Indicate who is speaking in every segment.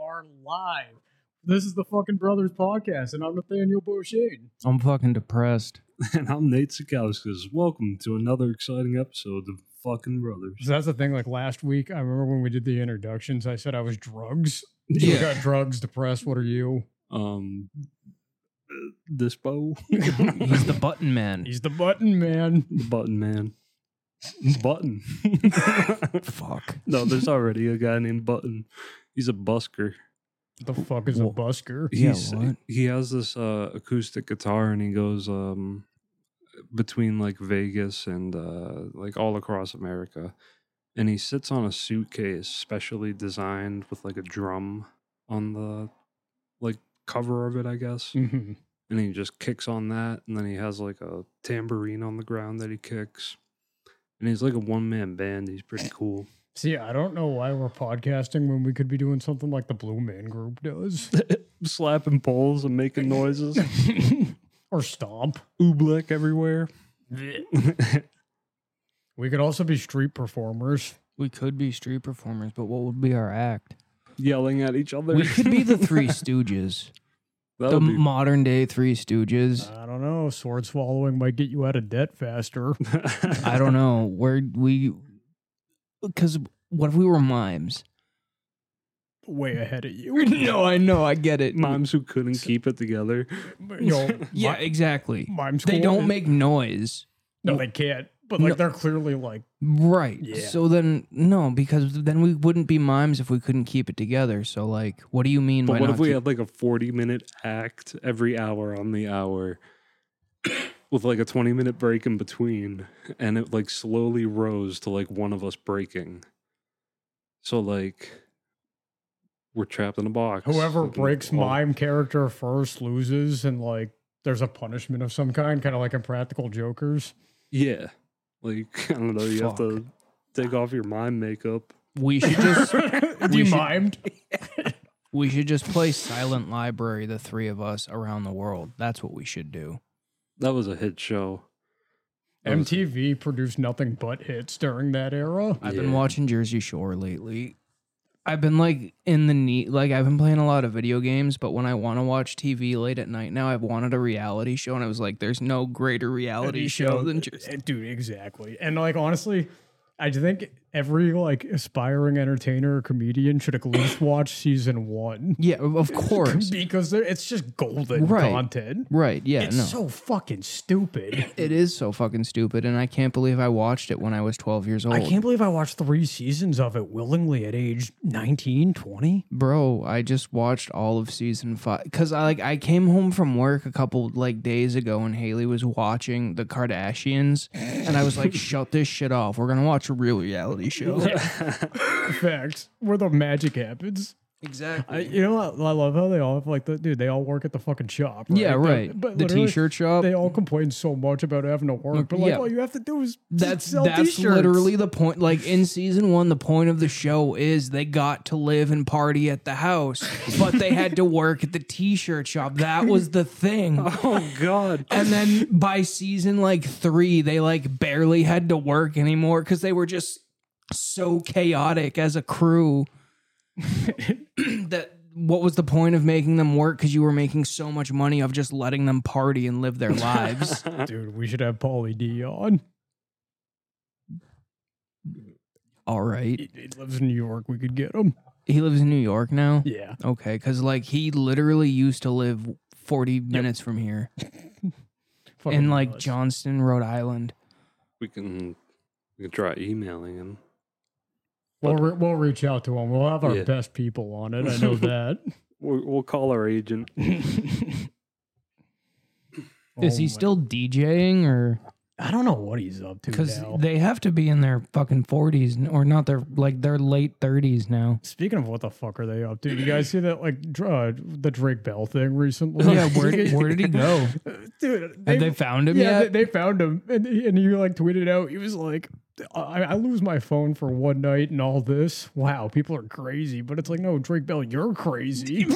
Speaker 1: are live. This is the fucking Brothers Podcast, and I'm Nathaniel Borshade.
Speaker 2: I'm fucking depressed.
Speaker 3: And I'm Nate Sikowskis. Welcome to another exciting episode of Fucking Brothers.
Speaker 1: So that's the thing. Like last week, I remember when we did the introductions, I said I was drugs. You
Speaker 2: Yeah.
Speaker 1: got drugs, depressed. What are you?
Speaker 3: Um, this bow,
Speaker 2: He's the button man.
Speaker 1: He's the button man.
Speaker 3: the button man, button.
Speaker 2: Fuck.
Speaker 3: no, there's already a guy named Button. He's a busker.
Speaker 1: The fuck is a
Speaker 2: Wha-
Speaker 1: busker?
Speaker 2: Yeah,
Speaker 3: He's,
Speaker 2: what?
Speaker 3: He has this uh, acoustic guitar, and he goes um between like Vegas and uh, like all across America, and he sits on a suitcase specially designed with like a drum on the like cover of it, I guess.
Speaker 1: Mhm.
Speaker 3: and he just kicks on that and then he has like a tambourine on the ground that he kicks and he's like a one-man band he's pretty cool
Speaker 1: See, I don't know why we're podcasting when we could be doing something like the Blue Man Group does,
Speaker 3: slapping poles and making noises
Speaker 1: or Stomp.
Speaker 3: oobleck everywhere
Speaker 1: We could also be street performers.
Speaker 2: We could be street performers, but what would be our act?
Speaker 3: yelling at each other
Speaker 2: We could be the Three Stooges,
Speaker 3: that
Speaker 2: the
Speaker 3: would be
Speaker 2: modern day Three Stooges.
Speaker 1: I don't know. Sword swallowing might get you out of debt faster.
Speaker 2: I don't know where we, because what if we were mimes?
Speaker 1: Way ahead of you.
Speaker 2: No, I know, I get it.
Speaker 3: moms who couldn't keep it together
Speaker 1: You know,
Speaker 2: Yeah,
Speaker 1: mi-
Speaker 2: exactly.
Speaker 1: mime school.
Speaker 2: They don't
Speaker 1: is-
Speaker 2: make noise.
Speaker 1: No, they can't. But like,
Speaker 2: No.
Speaker 1: they're clearly like,
Speaker 2: Right.
Speaker 1: Yeah.
Speaker 2: So then, no, because then we wouldn't be mimes if we couldn't keep it together. So, like, what do you mean by
Speaker 3: but what
Speaker 2: not
Speaker 3: if we
Speaker 2: keep-
Speaker 3: had like a 40 minute act every hour on the hour with like a 20 minute break in between and it like slowly rose to like one of us breaking so like we're trapped in a box
Speaker 1: whoever
Speaker 3: Like,
Speaker 1: breaks
Speaker 3: all-
Speaker 1: mime character first loses, and like, there's a punishment of some kind, kind of like in Practical Jokers.
Speaker 3: yeah like i don't know you have to take off your mime makeup
Speaker 2: we should just
Speaker 1: you
Speaker 2: should-
Speaker 1: mimed.
Speaker 2: We should just play Silent Library, the three of us around the world. That's what we should do.
Speaker 3: that was a hit show That was-
Speaker 1: MTV produced nothing but hits during that era.
Speaker 2: I've been
Speaker 3: Yeah.
Speaker 2: watching Jersey Shore lately. I've been like in the neat, like I've been playing a lot of video games, but when I want to watch TV late at night now, I've wanted a reality show, and I was like, "There's no greater reality show than Jersey."
Speaker 1: Eh, dude exactly and like honestly i just think every like aspiring entertainer or comedian should at least watch season one
Speaker 2: Yeah, of course.
Speaker 1: because they're- it's just golden
Speaker 2: Right.
Speaker 1: content
Speaker 2: Right? Yeah.
Speaker 1: it's
Speaker 2: no.
Speaker 1: so fucking stupid
Speaker 2: it is so fucking stupid, and I can't believe I watched it when I was 12 years old.
Speaker 1: i can't believe i watched three seasons of it willingly at age 19 20
Speaker 2: Bro, I just watched all of season five because I like I came home from work a couple like days ago and Haley was watching the Kardashians and I was like, shut this shit off. We're gonna watch a real reality show.
Speaker 1: facts where the magic happens I,
Speaker 2: Exactly.
Speaker 1: you know what? I love how they all have like the dude. They all work at the fucking shop.
Speaker 2: yeah,
Speaker 1: They-
Speaker 2: right.
Speaker 1: but
Speaker 2: the
Speaker 1: literally,
Speaker 2: t-shirt shop.
Speaker 1: They all complain so much about having to work, but like
Speaker 2: yeah.
Speaker 1: all you have to do is just
Speaker 2: that's
Speaker 1: sell
Speaker 2: that's
Speaker 1: t-shirts.
Speaker 2: literally the point. Like in season one, the point of the show is they got to live and party at the house, but they had to work at the t-shirt shop. That was the thing.
Speaker 3: oh god
Speaker 2: And then by season like three, they like barely had to work anymore because they were just so chaotic as a crew that what was the point of making them work? Because you were making so much money of just letting them party and live their lives.
Speaker 1: Dude, we should have Paulie D on.
Speaker 2: All right.
Speaker 1: He, he lives in New York. We could get him.
Speaker 2: He lives in New York now.
Speaker 1: Yeah.
Speaker 2: Okay. Because like he literally used to live 40 minutes from here
Speaker 1: Fucking
Speaker 2: in like
Speaker 1: nuts.
Speaker 2: Johnston, Rhode Island.
Speaker 3: we can we can try emailing him
Speaker 1: We'll, re- we'll reach out to him. We'll have our
Speaker 3: Yeah.
Speaker 1: best people on it. I know that.
Speaker 3: we'll, we'll call our agent
Speaker 2: Is
Speaker 1: Oh
Speaker 2: he
Speaker 1: my-
Speaker 2: still DJing or?
Speaker 1: I don't know what he's up to
Speaker 2: because
Speaker 1: now.
Speaker 2: they have to be in their fucking forties or not their like their late thirties now.
Speaker 1: Speaking of what the fuck are they up to? You guys see that like dr- uh, the Drake Bell thing recently?
Speaker 2: yeah, where did where did he go?
Speaker 1: dude?
Speaker 2: Have they found him
Speaker 1: yeah,
Speaker 2: yet?
Speaker 1: They, they found him, and he, and he like tweeted out. He was like, I, "I lose my phone for one night and all this. Wow, people are crazy." But it's like, no, Drake Bell, you're crazy.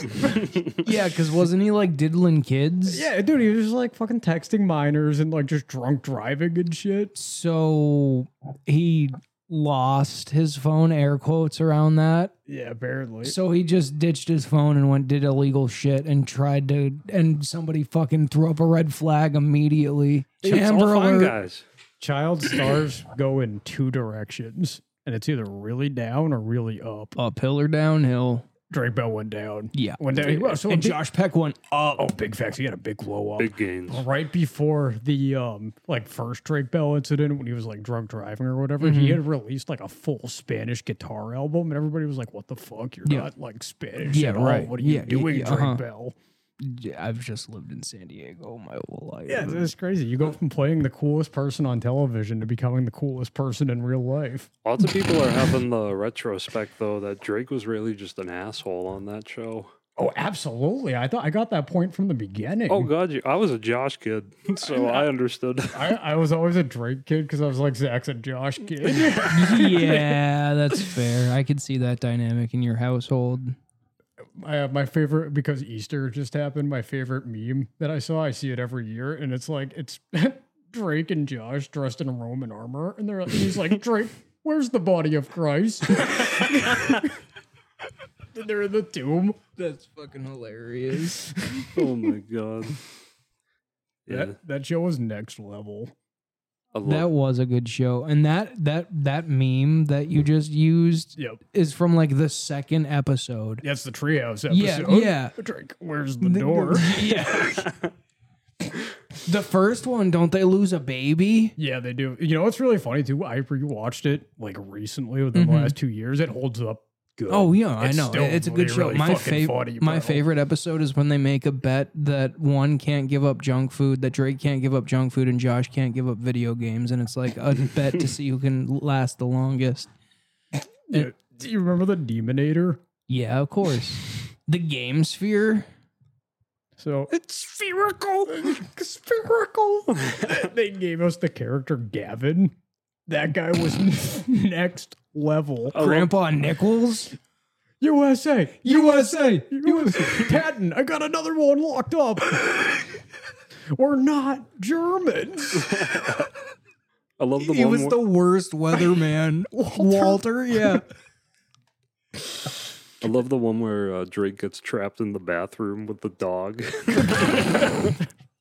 Speaker 2: yeah, because wasn't he like diddling kids?
Speaker 1: yeah, dude, he was just like fucking texting minors and like just drunk driving and shit.
Speaker 2: So he lost his phone, air quotes around that.
Speaker 1: Yeah, apparently.
Speaker 2: So he just ditched his phone and went did illegal shit and tried to and somebody fucking threw up a red flag immediately.
Speaker 3: It's all
Speaker 2: Amber
Speaker 3: fine,
Speaker 2: alert.
Speaker 3: guys.
Speaker 1: Child stars go in two directions, and it's either really down or really up.
Speaker 2: Uphill or downhill.
Speaker 1: Drake Bell went down.
Speaker 2: Yeah.
Speaker 1: Went down. He- well, so
Speaker 2: and
Speaker 1: big-
Speaker 2: Josh Peck went
Speaker 1: uh, oh, big facts. He had a big blow up.
Speaker 3: Big gains.
Speaker 1: Right before the um like first Drake Bell incident when he was like drunk driving or whatever, he
Speaker 2: Mm-hmm.
Speaker 1: had released like a full Spanish guitar album and everybody was like, What the fuck? You're
Speaker 2: Yeah.
Speaker 1: not like Spanish.
Speaker 2: Yeah,
Speaker 1: at all.
Speaker 2: right.
Speaker 1: What are you
Speaker 2: Yeah, y-
Speaker 1: doing,
Speaker 2: yeah,
Speaker 1: Drake
Speaker 2: uh-huh.
Speaker 1: Bell?
Speaker 2: Yeah, I've just lived in San Diego my whole life.
Speaker 1: Yeah, it's crazy. You go from playing the coolest person on television to becoming the coolest person in real life.
Speaker 3: Lots of people are having the retrospect though that Drake was really just an asshole on that show.
Speaker 1: Oh, absolutely. I thought I got that point from the beginning.
Speaker 2: Mm-hmm.
Speaker 3: Oh god, you, I was a Josh kid, so I understood.
Speaker 1: I, I was always a Drake kid because I was like Zach's a Josh kid.
Speaker 2: yeah, that's fair. I could see that dynamic in your household.
Speaker 1: I have my favorite because Easter just happened. My favorite meme that I saw, I see it every year, and it's like it's Drake and Josh dressed in Roman armor, and they're and he's like Drake, where's the body of Christ? And they're in the tomb.
Speaker 2: That's fucking hilarious.
Speaker 3: oh my god. Yeah,
Speaker 1: That that show was next level.
Speaker 3: I love
Speaker 2: That was a good show. And that that that meme that you just used
Speaker 1: Yep,
Speaker 2: is from like the second episode.
Speaker 1: that's the treehouse
Speaker 2: Yeah,
Speaker 1: episode.
Speaker 2: yeah.
Speaker 1: Drake, where's the door?
Speaker 2: yeah. the first one, don't they lose a baby?
Speaker 1: Yeah, they do. You know, it's really funny too. I rewatched it like recently within the
Speaker 2: Mhm.
Speaker 1: last two years. It holds up good.
Speaker 2: Oh yeah,
Speaker 1: It's
Speaker 2: I know.
Speaker 1: still
Speaker 2: It's a good
Speaker 1: really,
Speaker 2: show.
Speaker 1: really
Speaker 2: my
Speaker 1: fucking funny,
Speaker 2: favorite, my
Speaker 1: bro.
Speaker 2: favorite episode is when they make a bet that one can't give up junk food, that Drake can't give up junk food, and Josh can't give up video games, and it's like a bet to see who can last the longest.
Speaker 1: Yeah. Do you remember the Demonator?
Speaker 2: Yeah, of course. the game sphere.
Speaker 1: So it's spherical, spherical. they gave us the character Gavin. That guy was next level.
Speaker 3: I love-
Speaker 2: Grandpa Nichols.
Speaker 1: USA,
Speaker 2: USA.
Speaker 1: USA, Patton. I got another one locked up. We're not Germans.
Speaker 3: I love the
Speaker 2: He
Speaker 3: one
Speaker 2: was
Speaker 3: where-
Speaker 2: the worst weatherman. Walter. Yeah.
Speaker 3: I love the one where uh, Drake gets trapped in the bathroom with the dog.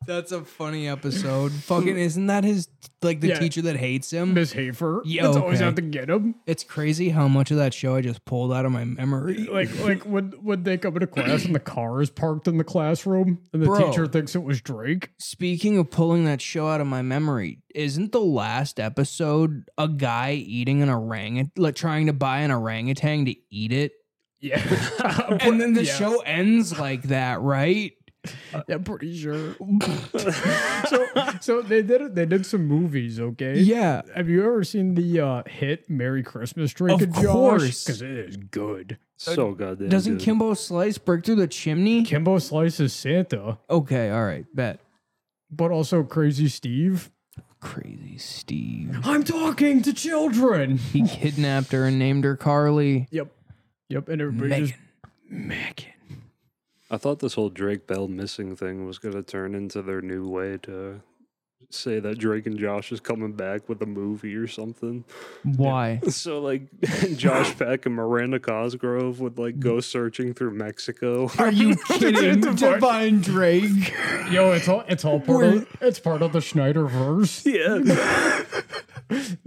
Speaker 2: That's a funny episode. Fucking isn't that his like the
Speaker 1: Yeah.
Speaker 2: teacher that hates him?
Speaker 1: Miss Hafer.
Speaker 2: Yeah,
Speaker 1: that's always
Speaker 2: okay.
Speaker 1: out to get him.
Speaker 2: It's crazy how much of that show I just pulled out of my memory.
Speaker 1: Like, like when when they come into class and the car is parked in the classroom and the
Speaker 2: Bro.
Speaker 1: teacher thinks it was Drake.
Speaker 2: Speaking of pulling that show out of my memory, isn't the last episode a guy eating an orangutan, like trying to buy an orangutan to eat it?
Speaker 1: Yeah,
Speaker 2: And then the
Speaker 1: Yeah.
Speaker 2: show ends like that, right?
Speaker 1: I'm pretty sure. so, so they did they did some movies. Okay.
Speaker 2: Yeah.
Speaker 1: Have you ever seen the uh, hit "Merry Christmas, Drake
Speaker 2: Of
Speaker 1: and Josh"?
Speaker 2: course.
Speaker 1: Because it is good.
Speaker 3: so goddamn.
Speaker 2: Doesn't
Speaker 3: good.
Speaker 2: Kimbo Slice break through the chimney?
Speaker 1: Kimbo slices Santa,
Speaker 2: Okay, all right, bet.
Speaker 1: but also Crazy Steve.
Speaker 2: Crazy Steve.
Speaker 1: I'm talking to children.
Speaker 2: He kidnapped her and named her Carly.
Speaker 1: Yep. Yep. And everybody
Speaker 2: Megan.
Speaker 1: just Megan.
Speaker 3: I thought this whole Drake Bell missing thing was going to turn into their new way to say that Drake and Josh is coming back with a movie or something.
Speaker 2: Why?
Speaker 3: So like Josh Peck and Miranda Cosgrove would like go searching through Mexico.
Speaker 2: Are you kidding?
Speaker 1: It's a-
Speaker 2: Divine Drake.
Speaker 1: Yo, it's all it's all part
Speaker 2: We're-
Speaker 1: of it's part of the Schneider verse.
Speaker 3: Yeah,
Speaker 2: Get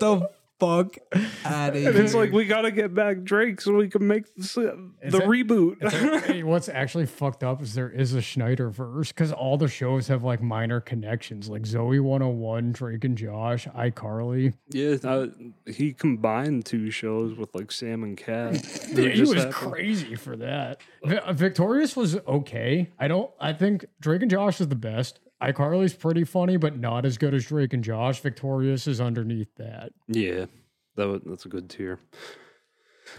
Speaker 2: the fuck out of here.
Speaker 3: and it's like we gotta get back Drake so we can make this, uh, the
Speaker 1: that-
Speaker 3: reboot.
Speaker 1: Hey, what's actually fucked up is there is a Schneider verse because all the shows have like minor connections, like Zoe 101, Drake and Josh, iCarly.
Speaker 3: yeah, I, he combined two shows with like Sam and Cat. They
Speaker 1: Dude, he was
Speaker 3: just happened-
Speaker 1: crazy for that. Vi- uh, Victorious was okay. I don't. I think Drake and Josh is the best. iCarly's pretty funny, but not as good as Drake and Josh. Victorious is underneath that.
Speaker 3: Yeah, that was, that's a good tier.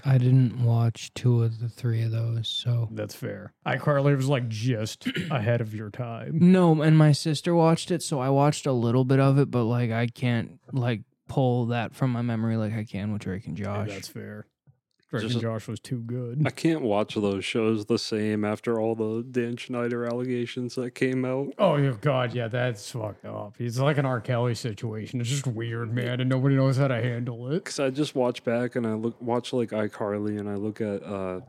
Speaker 2: I didn't watch two of the three of those, so
Speaker 1: That's fair. iCarly was like just ahead of your time.
Speaker 2: no. And my sister watched it, so I watched a little bit of it, but like I can't like pull that from my memory like I can with Drake and Josh.
Speaker 1: That's fair. Drake
Speaker 3: Just-
Speaker 1: and Josh was too good.
Speaker 3: I can't watch those shows the same after all the Dan Schneider allegations that came out.
Speaker 1: Oh yeah, God, yeah, that's fucked up. It's like an R. Kelly situation. It's just weird, man, and nobody knows how to handle it.
Speaker 3: Because I just watch back and I look watch like iCarly and I look at uh,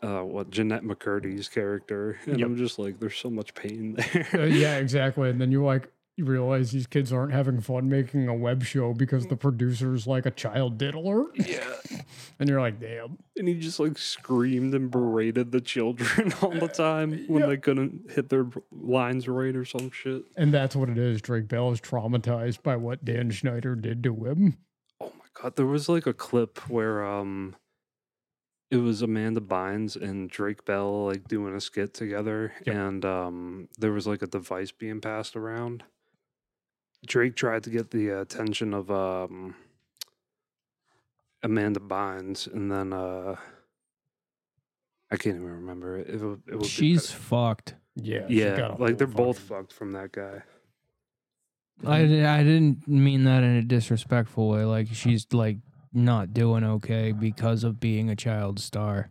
Speaker 3: uh, what Jeanette McCurdy's character and
Speaker 1: Yep.
Speaker 3: I'm just like, there's so much pain
Speaker 1: Uh,
Speaker 3: there.
Speaker 1: yeah, exactly. And then you like you realize these kids aren't having fun making a web show because the producer's like a child diddler,
Speaker 3: yeah.
Speaker 1: and you're like, damn.
Speaker 3: And he just like screamed and berated the children all
Speaker 1: Uh,
Speaker 3: the time when
Speaker 1: Yeah.
Speaker 3: they couldn't hit their b- lines right or some shit.
Speaker 1: And that's what it is. Drake Bell is traumatized by what Dan Schneider did to him.
Speaker 3: Oh my god, there was like a clip where um it was Amanda Bynes and Drake Bell like doing a skit together
Speaker 1: Yep.
Speaker 3: and um there was like a device being passed around. Drake tried to get the attention of um Amanda Bynes and then uh I can't even remember it. it, wa- it was
Speaker 2: She's fucked.
Speaker 1: Yeah, she's
Speaker 3: yeah,
Speaker 1: got a
Speaker 3: like they're
Speaker 1: whole
Speaker 3: both
Speaker 1: fucking-
Speaker 3: fucked from that guy. Mm.
Speaker 2: I, I didn't mean that in a disrespectful way. Like she's like not doing okay because of being a child star.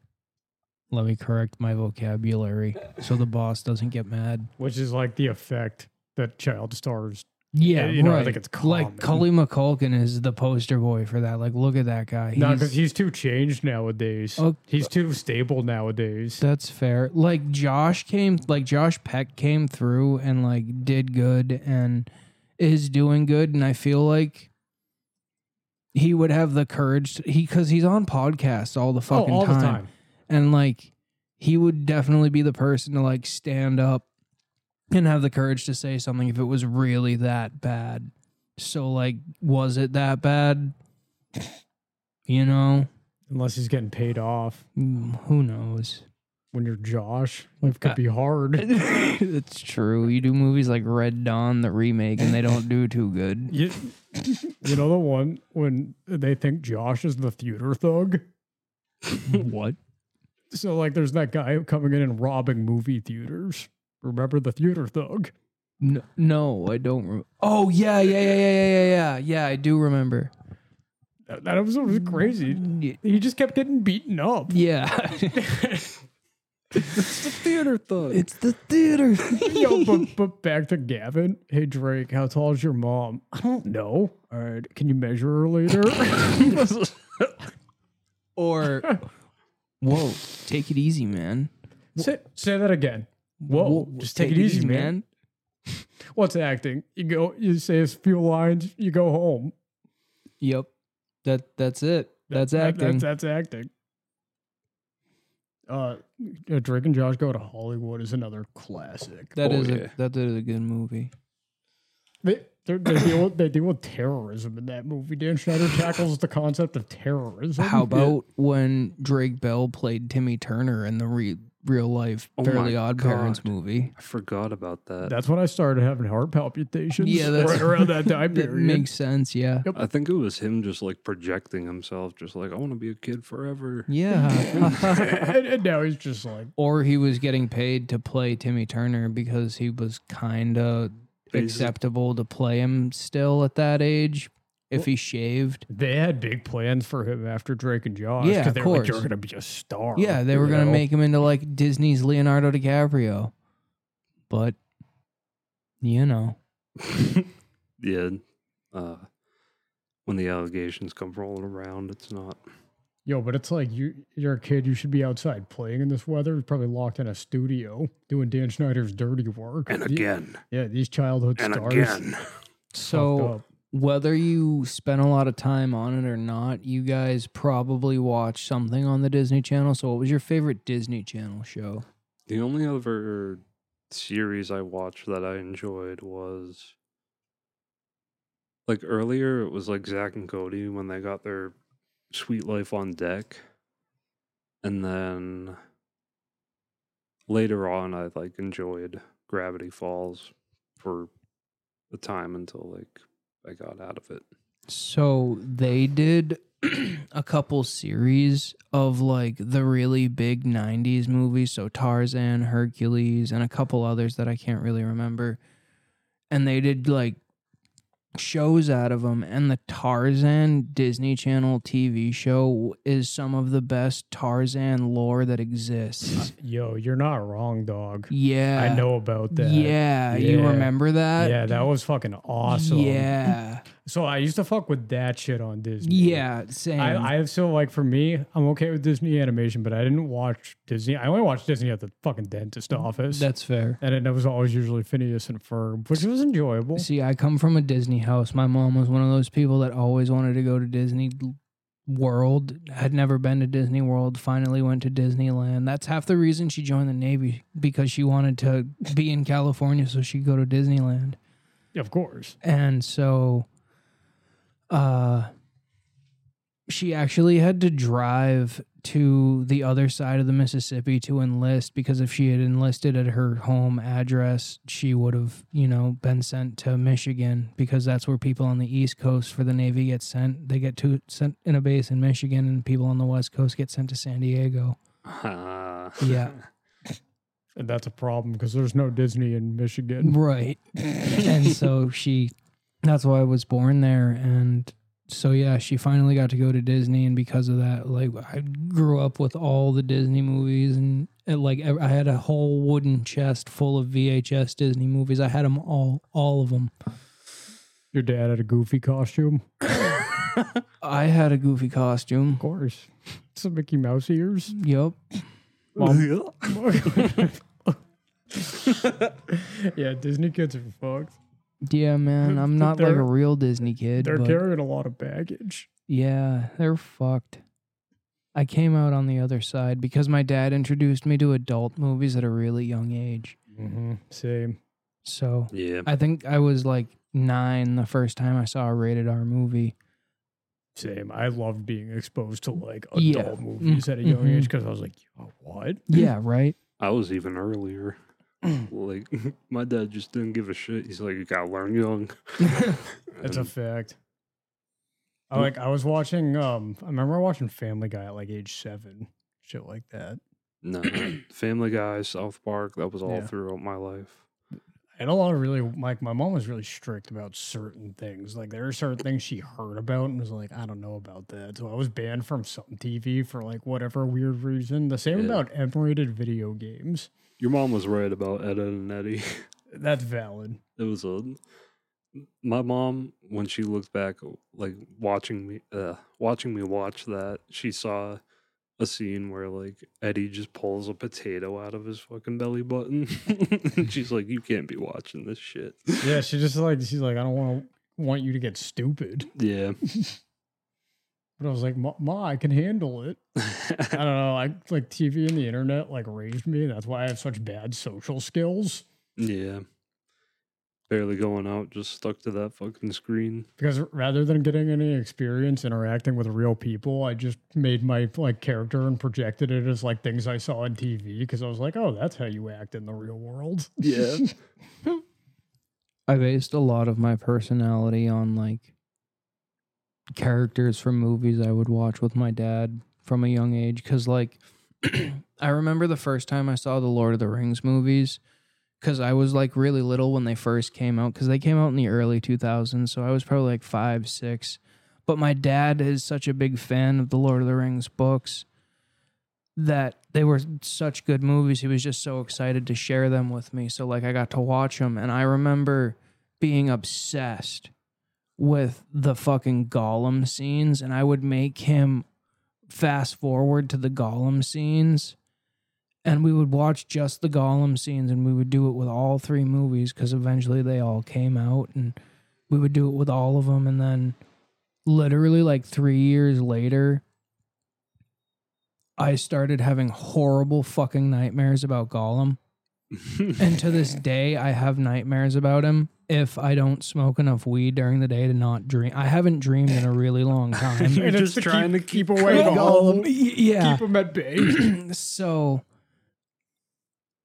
Speaker 2: Let me correct my vocabulary so the boss doesn't get mad.
Speaker 1: which is like the effect that child stars.
Speaker 2: Yeah,
Speaker 1: you know, I
Speaker 2: right.
Speaker 1: think it's common.
Speaker 2: like Cully McCulkin is the poster boy for that. Like, look at that guy.
Speaker 1: No,
Speaker 2: He's-
Speaker 1: because he's too changed nowadays.
Speaker 2: Oh.
Speaker 1: he's too stable nowadays.
Speaker 2: That's fair. Like Josh came, like Josh Peck came through and like did good and is doing good, and I feel like he would have the courage. To, he because he's on podcasts all the fucking
Speaker 1: oh, all
Speaker 2: time,
Speaker 1: the time.
Speaker 2: and like he would definitely be the person to like stand up and have the courage to say something if it was really that bad. So like, was it that bad? You know,
Speaker 1: Unless he's getting paid off.
Speaker 2: Mm, who knows.
Speaker 1: When you're Josh, life could be hard.
Speaker 2: That's true. You do movies like Red Dawn, the remake, and they don't do too good.
Speaker 1: You, you know the one when they think Josh is the theater thug?
Speaker 2: what?
Speaker 1: So, like, there's that guy coming in and robbing movie theaters. Remember the theater thug?
Speaker 2: No, no I don't. Re- oh yeah, yeah, yeah, yeah, yeah, yeah, yeah. Yeah, I do remember.
Speaker 1: That, that episode was crazy.
Speaker 2: Y-
Speaker 1: He just kept getting beaten up.
Speaker 2: Yeah,
Speaker 3: It's the theater thug.
Speaker 2: it's the theater.
Speaker 1: Yo, but, but back to Gavin. Hey, Drake, how tall is your mom? I don't know. All right, can you measure her later?
Speaker 2: or whoa, take it easy, man.
Speaker 1: say, say that again. Whoa, just take, it easy, man. What's acting? You go, you say a few lines, you go home.
Speaker 2: Yep, that that's it. That's
Speaker 1: That-
Speaker 2: acting.
Speaker 1: that's, that's acting. Uh, uh, Drake and Josh go to Hollywood is another classic.
Speaker 2: That
Speaker 3: Oh,
Speaker 2: is
Speaker 3: yeah.
Speaker 2: a that is a good movie.
Speaker 1: They they're- they deal with, they deal with terrorism in that movie. Dan Schneider tackles the concept of terrorism.
Speaker 2: How about when Drake Bell played Timmy Turner in the re- real life
Speaker 3: Oh my
Speaker 2: Fairly Odd Parents
Speaker 3: God.
Speaker 2: movie?
Speaker 3: I forgot about that.
Speaker 1: That's when I started having heart palpitations.
Speaker 2: Yeah, that's-
Speaker 1: right around that time
Speaker 2: That
Speaker 1: period.
Speaker 2: makes sense. Yeah.
Speaker 3: I think it was him just like projecting himself, just like, I want to be a kid forever.
Speaker 2: Yeah.
Speaker 1: and, and now he's just like,
Speaker 2: or he was getting paid to play Timmy Turner because he was kind of
Speaker 3: Basi-
Speaker 2: acceptable to play him still at that age if he shaved.
Speaker 1: they had big plans for him after Drake and Josh.
Speaker 2: Yeah,
Speaker 1: 'cause
Speaker 2: of
Speaker 1: they were like,
Speaker 2: course.
Speaker 1: you're gonna be a star.
Speaker 2: Yeah, they were
Speaker 1: you
Speaker 2: going to
Speaker 1: know?
Speaker 2: make him into like Disney's Leonardo DiCaprio. But, you know,
Speaker 3: yeah. Uh, when the allegations come rolling around, it's not.
Speaker 1: Yo, but it's like you you're a kid, you should be outside playing in this weather. You're probably locked in a studio doing Dan Schneider's dirty work.
Speaker 3: And
Speaker 1: The-
Speaker 3: again,
Speaker 1: yeah, these childhood
Speaker 3: and
Speaker 1: stars.
Speaker 3: again.
Speaker 2: so whether you spent a lot of time on it or not, you guys probably watched something on the Disney Channel. So, what was your favorite Disney Channel show?
Speaker 3: The only other series I watched that I enjoyed was like earlier, it was like Zach and Cody when they got their sweet life on deck. And then later on, I like enjoyed Gravity Falls for the time until like I got out of it.
Speaker 2: So they did a couple series of like the really big 90s movies. So Tarzan, Hercules, and a couple others that I can't really remember. And they did like
Speaker 4: shows out of them and the Tarzan Disney Channel TV show is some of the best Tarzan lore that exists.
Speaker 1: Yo, you're not wrong, dog.
Speaker 4: Yeah.
Speaker 1: I know about that.
Speaker 4: Yeah, you
Speaker 1: Yeah.
Speaker 4: remember that?
Speaker 1: Yeah, that was fucking awesome.
Speaker 4: Yeah.
Speaker 1: So I used to fuck with that shit on Disney.
Speaker 4: Yeah, same.
Speaker 1: I, I so like for me, I'm okay with Disney animation, but I didn't watch Disney. I only watched Disney at the fucking dentist office,
Speaker 2: That's fair.
Speaker 1: and it was always usually Phineas and Ferb, which was enjoyable.
Speaker 4: See, I come from a Disney house. My mom was one of those people that always wanted to go to Disney
Speaker 2: World had never been to Disney World, finally went to Disneyland. That's half the reason she joined the Navy because she wanted to be in California so she could go to Disneyland.
Speaker 1: Of course,
Speaker 2: And so uh she actually had to drive to the other side of the Mississippi to enlist because if she had enlisted at her home address, she would have, you know, been sent to Michigan because that's where people on the East Coast for the Navy get sent. They get to sent in a base in Michigan and people on the West Coast get sent to San Diego.
Speaker 3: Ah.
Speaker 2: Yeah.
Speaker 1: and that's a problem because there's no Disney in Michigan.
Speaker 2: Right. and so she, that's why I was born there. And so, yeah, she finally got to go to Disney. And because of that, like, I grew up with all the Disney movies. And, and like, I I had a whole wooden chest full of VHS Disney movies. I had them all, all of them.
Speaker 1: Your dad had a goofy costume,
Speaker 4: I had a goofy costume.
Speaker 1: of course. Some Mickey Mouse ears.
Speaker 4: Yep.
Speaker 1: Mom- yeah, Disney kids are fucked.
Speaker 4: Yeah, man. I'm not like a
Speaker 1: They're-
Speaker 4: real Disney kid.
Speaker 1: They're
Speaker 4: but
Speaker 1: carrying a lot of baggage.
Speaker 4: yeah, they're fucked.
Speaker 2: I came out on the other side because my dad introduced me to adult movies at a really young age.
Speaker 1: Mm-hmm. Same.
Speaker 2: So
Speaker 3: yeah.
Speaker 2: I think I was like nine the first time I saw a rated R movie.
Speaker 1: Same. I loved being exposed to like adult
Speaker 2: Yeah.
Speaker 1: movies at a young
Speaker 2: mhm.
Speaker 1: age because I was like, "Yo, what?
Speaker 2: Yeah, right?
Speaker 3: I was even earlier. like my dad just didn't give a shit. He's like, you gotta learn young.
Speaker 1: That's a
Speaker 3: And
Speaker 1: fact. I like I was watching um I remember watching Family Guy at like age seven, shit like that.
Speaker 3: no, Family Guy, South Park. That was all
Speaker 1: Yeah.
Speaker 3: throughout my life.
Speaker 1: And a lot of really like my mom was really strict about certain things. Like there are certain things she heard about and was like, I don't know about that. So I was banned from some TV for like whatever weird reason. The same
Speaker 3: Yeah.
Speaker 1: about M rated video games.
Speaker 3: Your mom was right about Ed, Edd and Eddie.
Speaker 1: That's valid.
Speaker 3: It was a. My mom, when she looked back, like watching me, uh, watching me watch that, she saw a scene where like Eddie just pulls a potato out of his fucking belly button. and she's like, "You can't be watching this shit."
Speaker 1: Yeah, she just like she's like, I don't want to want you to get stupid.
Speaker 3: Yeah.
Speaker 1: But I was like, Ma, Ma I can handle it. I don't know. I like TV and the internet like raised me. That's why I have such bad social skills.
Speaker 3: yeah. Barely going out, just stuck to that fucking screen.
Speaker 1: Because rather than getting any experience interacting with real people, I just made my like character and projected it as like things I saw on TV. Because I was like, oh, that's how you act in the real world.
Speaker 3: Yeah.
Speaker 2: I based a lot of my personality on like characters from movies I would watch with my dad from a young age. Cause like, I remember the first time I saw the Lord of the Rings movies. Cause I was like really little when they first came out. Cause they came out in the early 2000s. So I was probably like five, six. But my dad is such a big fan of the Lord of the Rings books that they were such good movies. He was just so excited to share them with me. So like I got to watch them and I remember being obsessed with the fucking Gollum scenes and I would make him fast forward to the Gollum scenes and we would watch just the Gollum scenes and we would do it with all three movies cuz eventually they all came out and we would do it with all of them and then literally like 3 years later I started having horrible fucking nightmares about Gollum. And to this day, I have nightmares about him if I don't smoke enough weed during the day to not dream. I haven't dreamed in a really long time.
Speaker 3: You're
Speaker 1: And it's
Speaker 3: just
Speaker 1: to keep-
Speaker 3: trying to
Speaker 1: keep
Speaker 3: keep,
Speaker 1: away
Speaker 3: away.
Speaker 1: the
Speaker 2: Gollum.
Speaker 1: Gollum.
Speaker 2: Y- Yeah.
Speaker 1: Keep them at bay.
Speaker 2: so,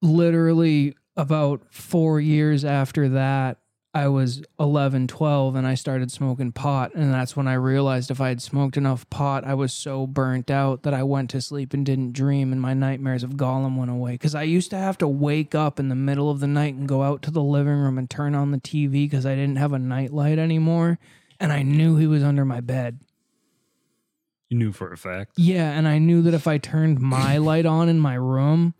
Speaker 2: literally, about four years after that,
Speaker 4: I was 11, 12, and I started smoking pot. And that's when I realized if I had smoked enough pot, I was so burnt out that I went to sleep and didn't dream, and my nightmares of Gollum went away. Because I used to have to wake up in the middle of the night and go out to the living room and turn on the TV because I didn't have a nightlight anymore. And I knew he was under my bed.
Speaker 3: You knew for a fact.
Speaker 4: Yeah, and I knew that if I turned my light on in my room,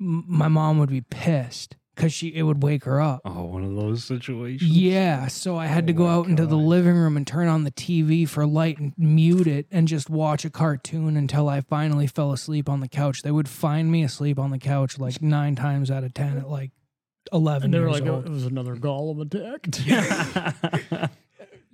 Speaker 4: m- my mom would be pissed because she it would wake her up.
Speaker 3: Oh, one of those situations.
Speaker 4: Yeah, so I had
Speaker 3: Oh
Speaker 4: to go
Speaker 3: my
Speaker 4: out into the
Speaker 3: God.
Speaker 4: living room and turn on the TV for light and mute it and just watch a cartoon until I finally fell asleep on the couch. They would find me asleep on the couch like nine times out of ten at like eleven
Speaker 1: And they were
Speaker 4: years
Speaker 1: like,
Speaker 3: oh,
Speaker 4: old.
Speaker 1: it was another Gollum attack.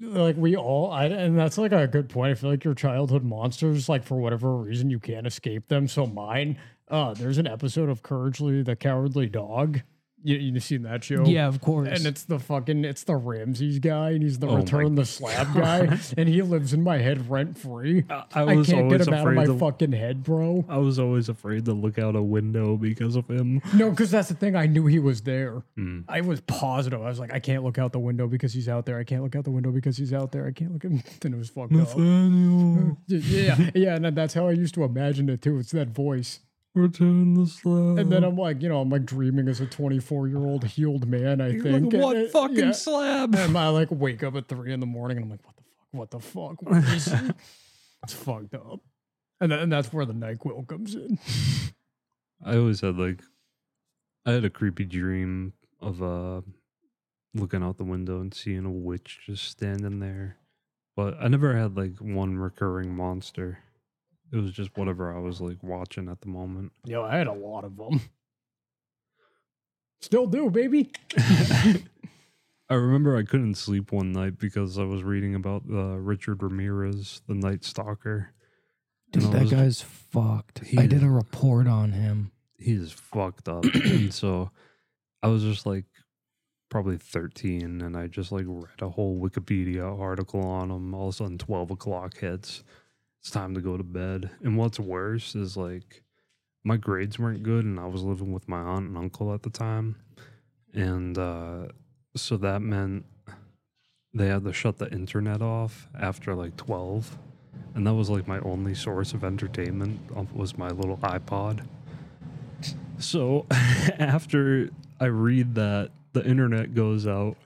Speaker 1: like we all, I, and that's like a good point. I feel like your childhood monsters, like for whatever reason, you can't escape them. So mine, uh, there's an episode of Courage Lee, the Cowardly Dog. You, you've seen that show?
Speaker 3: oh.
Speaker 4: yeah, of course.
Speaker 1: And it's the fucking it's the Ramses guy, and he's the
Speaker 3: Oh my
Speaker 1: return the slab guy, and he lives in my head rent free.
Speaker 3: I,
Speaker 1: I
Speaker 3: was
Speaker 1: can't
Speaker 3: always
Speaker 1: get him out of
Speaker 3: afraid
Speaker 1: my
Speaker 3: to,
Speaker 1: fucking head, bro.
Speaker 3: I was always afraid to look out a window because of him.
Speaker 1: No, because that's the thing. I knew he was there.
Speaker 3: Hmm.
Speaker 1: I was positive. I was like, I can't look out the window because he's out there. I can't look out the window because he's out there. I can't look. At... Then it was fucked up.
Speaker 3: Nathaniel,
Speaker 1: Yeah, yeah, and that's how I used to imagine it too. It's that voice,
Speaker 3: return the slab.
Speaker 1: and then I'm like, you know, I'm like dreaming as a 24 year old healed man. I think. and
Speaker 3: what
Speaker 1: it-
Speaker 3: fucking
Speaker 1: yeah.
Speaker 3: slab?
Speaker 1: And I like wake up at three in the morning, and I'm like, what the fuck? What the fuck? What is it's fucked up. And, then, and that's where the Nyquil comes in.
Speaker 3: I always had like, I had a creepy dream of uh looking out the window and seeing a witch just standing there, but I never had like one recurring monster. It was just whatever I was like watching at the moment.
Speaker 1: Yo, I had a lot of them. Still do, baby.
Speaker 3: I remember I couldn't sleep one night because I was reading about uh, Richard Ramirez, the Night Stalker.
Speaker 2: Dude,
Speaker 3: And I
Speaker 2: that
Speaker 3: was-
Speaker 2: guy's fucked.
Speaker 3: He
Speaker 2: I
Speaker 3: is-
Speaker 2: did a report on him.
Speaker 3: he is fucked up. and so I was just like probably 13 and I just like read a whole Wikipedia article on him. All of a sudden 12 o'clock hits. It's time to go to bed. And what's worse is like my grades weren't good and I was living with my aunt and uncle at the time. And uh, so that meant they had to shut the internet off after like 12. And that was like my only source of entertainment uh, was my little iPod. So after I read that, the internet goes out,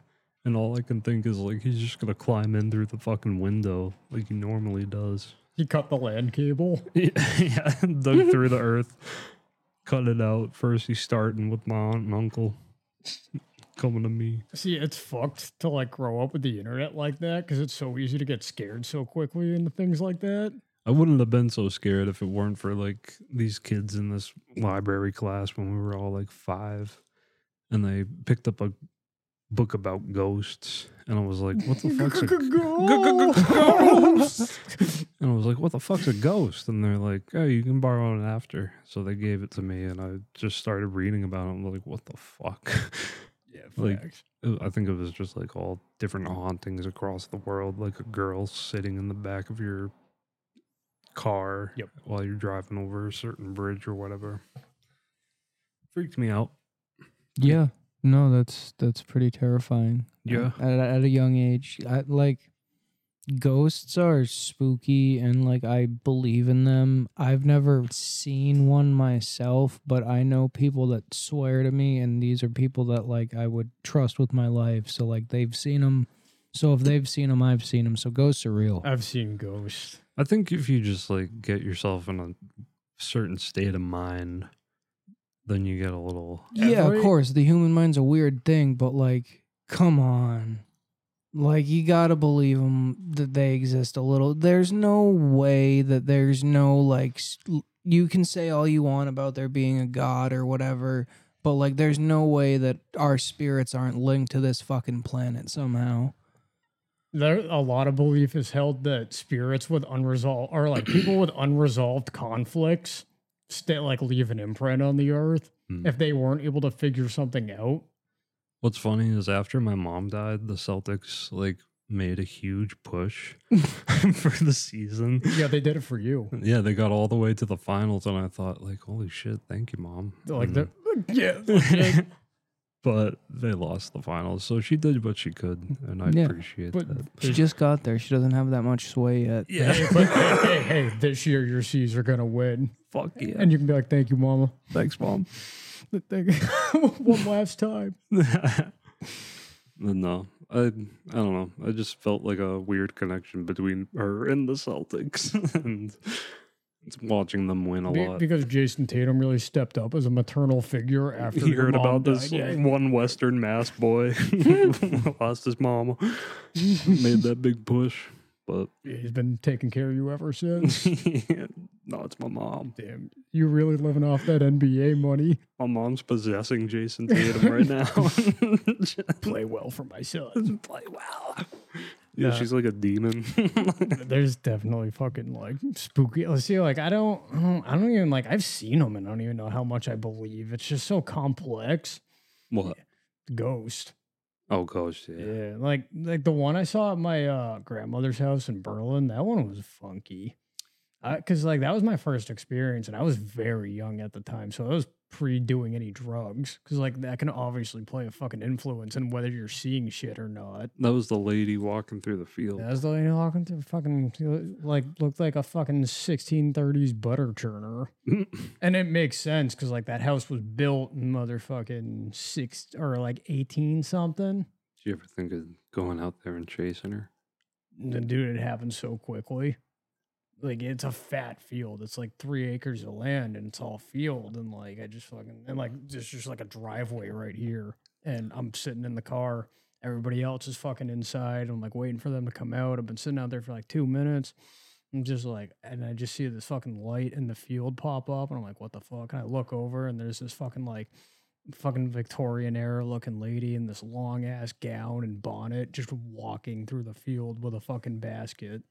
Speaker 3: and all I can think is like he's just gonna climb in through the fucking window like he normally does.
Speaker 1: He cut the land cable.
Speaker 3: yeah, dug through the earth, cut it out. First he's starting with my aunt and uncle coming to me.
Speaker 1: See, it's fucked to like grow up with the internet like that because it's so easy to get scared so quickly into things like that.
Speaker 3: I wouldn't have been so scared if it weren't for like these kids in this library class when we were all like five and they picked up a book about ghosts and I was like, what the fuck's a And I was like, what the fuck's a ghost? And they're like, oh, you can borrow it after. So they gave it to me and I just started reading about it. I'm like, what the fuck?
Speaker 1: Yeah,
Speaker 3: Like-
Speaker 1: facts.
Speaker 3: I think it was just like all different hauntings across the world, like a girl sitting in the back of your car
Speaker 1: Yep.
Speaker 3: while you're driving over a certain bridge or whatever. Freaked me out.
Speaker 2: Yeah. No, that's that's pretty terrifying.
Speaker 3: Yeah.
Speaker 2: At, at a young age, I, like ghosts are spooky and like I believe in them. I've never seen one myself, but I know people that swear to me and these are people that like I would trust with my life. So like they've seen them. So if they've seen them, I've seen them. So ghosts are real.
Speaker 1: I've seen ghosts.
Speaker 3: I think if you just like get yourself in a certain state of mind, then you get a little
Speaker 2: Yeah,
Speaker 1: Every-
Speaker 2: of course. The human mind's a weird thing, but like, come on. Like, you gotta believe them that they exist a little. There's no way that there's no, like, s- l- you can say all you want about there being a god or whatever, but like, there's no way that our spirits aren't linked to this fucking planet somehow.
Speaker 1: There, a lot of belief is held that spirits with unresolved, or like people with unresolved conflicts, stay like leave an imprint on the earth
Speaker 3: Mm.
Speaker 1: if they weren't able to figure something out.
Speaker 3: What's funny is after my mom died, the Celtics like made a huge push for the season.
Speaker 1: Yeah, they did it for you.
Speaker 3: Yeah, they got all the way to the Hmm. finals, and I thought, like, holy shit, thank you, mom.
Speaker 1: Like
Speaker 3: And-
Speaker 1: the yeah, like,
Speaker 3: Mm. but they lost the finals, so she did what she could, and I
Speaker 4: Yeah,
Speaker 3: appreciate
Speaker 1: but-
Speaker 3: that.
Speaker 4: She just got there. She doesn't have that much sway yet.
Speaker 1: Hey, but hey, hey, hey, this year your C's are gonna win,
Speaker 3: fuck yeah.
Speaker 1: and you can be like, "Thank you, Mama."
Speaker 3: Thanks, mom.
Speaker 1: One last time.
Speaker 3: Uh, no, I I don't know. I just felt like a weird connection between her and the Celtics, and it's watching them win a
Speaker 1: Be-
Speaker 3: lot.
Speaker 1: because Jason Tatum really stepped up as a maternal figure after
Speaker 3: he
Speaker 1: your
Speaker 3: heard
Speaker 1: mom
Speaker 3: about this
Speaker 1: died. Yeah.
Speaker 3: one Western Mass boy lost his mom, made that big push, but
Speaker 1: He's been taking care of you ever since.
Speaker 3: no, it's my mom.
Speaker 1: Damn, you really living off that NBA money?
Speaker 3: My mom's possessing Jason Tatum right now.
Speaker 1: Play well for my son.
Speaker 3: Play well. Yeah,
Speaker 1: Nah.
Speaker 3: she's like a demon.
Speaker 1: There's definitely fucking like spooky. Let's see, like I don't, I don't, I don't even like. I've seen them, and I don't even know how much I believe. It's just so complex.
Speaker 3: what?
Speaker 1: Ghost.
Speaker 3: Oh gosh, yeah.
Speaker 1: Yeah, like like the one I saw at my uh, grandmother's house in Berlin. That one was funky, because like that was my first experience, and I was very young at the time, so I was pre doing any drugs. Because like that can obviously play a fucking influence in whether you're seeing shit or not.
Speaker 3: That was the lady walking through the field.
Speaker 1: That was the lady walking through fucking uh, like looked like a fucking 1630s butter churner, and it makes sense because like that house was built in motherfucking six or like 18 something.
Speaker 3: Did you ever think of going out there and chasing her?
Speaker 1: And dude, it happened so quickly. Like it's a fat field. It's like three acres of land and it's all field. And like I just fucking and like there's just like a driveway right here. And I'm sitting in the car. Everybody else is fucking inside. I'm like waiting for them to come out. I've been sitting out there for like two minutes. I'm just like, and I just see this fucking light in the field pop up, and I'm like, what the fuck? And I look over, and there's this fucking like, fucking Victorian era looking lady in this long ass gown and bonnet, just walking through the field with a fucking basket.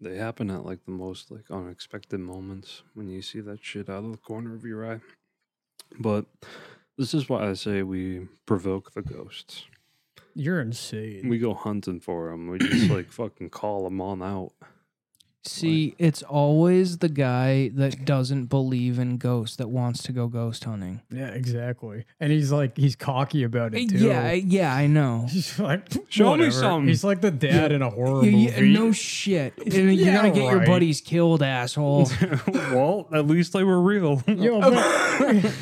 Speaker 3: They happen at like the most like unexpected moments when you see that shit out of the corner of your eye. But this is why I say we provoke the ghosts.
Speaker 1: You're insane.
Speaker 3: We go hunting for them. We just like fucking call them on out.
Speaker 4: See,
Speaker 2: It's always the guy that doesn't believe in ghosts that wants to go ghost hunting.
Speaker 1: yeah, exactly. And he's like, he's cocky about it too.
Speaker 4: yeah, I- yeah, I know.
Speaker 1: He's like,
Speaker 3: Show me
Speaker 1: whatever.
Speaker 3: some.
Speaker 1: He's like the dad in a horror
Speaker 4: You- you-
Speaker 1: movie.
Speaker 4: no shit. And You're
Speaker 1: Yeah,
Speaker 4: gonna get your
Speaker 1: right.
Speaker 4: buddies killed, asshole.
Speaker 3: well, at least they were real.
Speaker 1: Yo, but-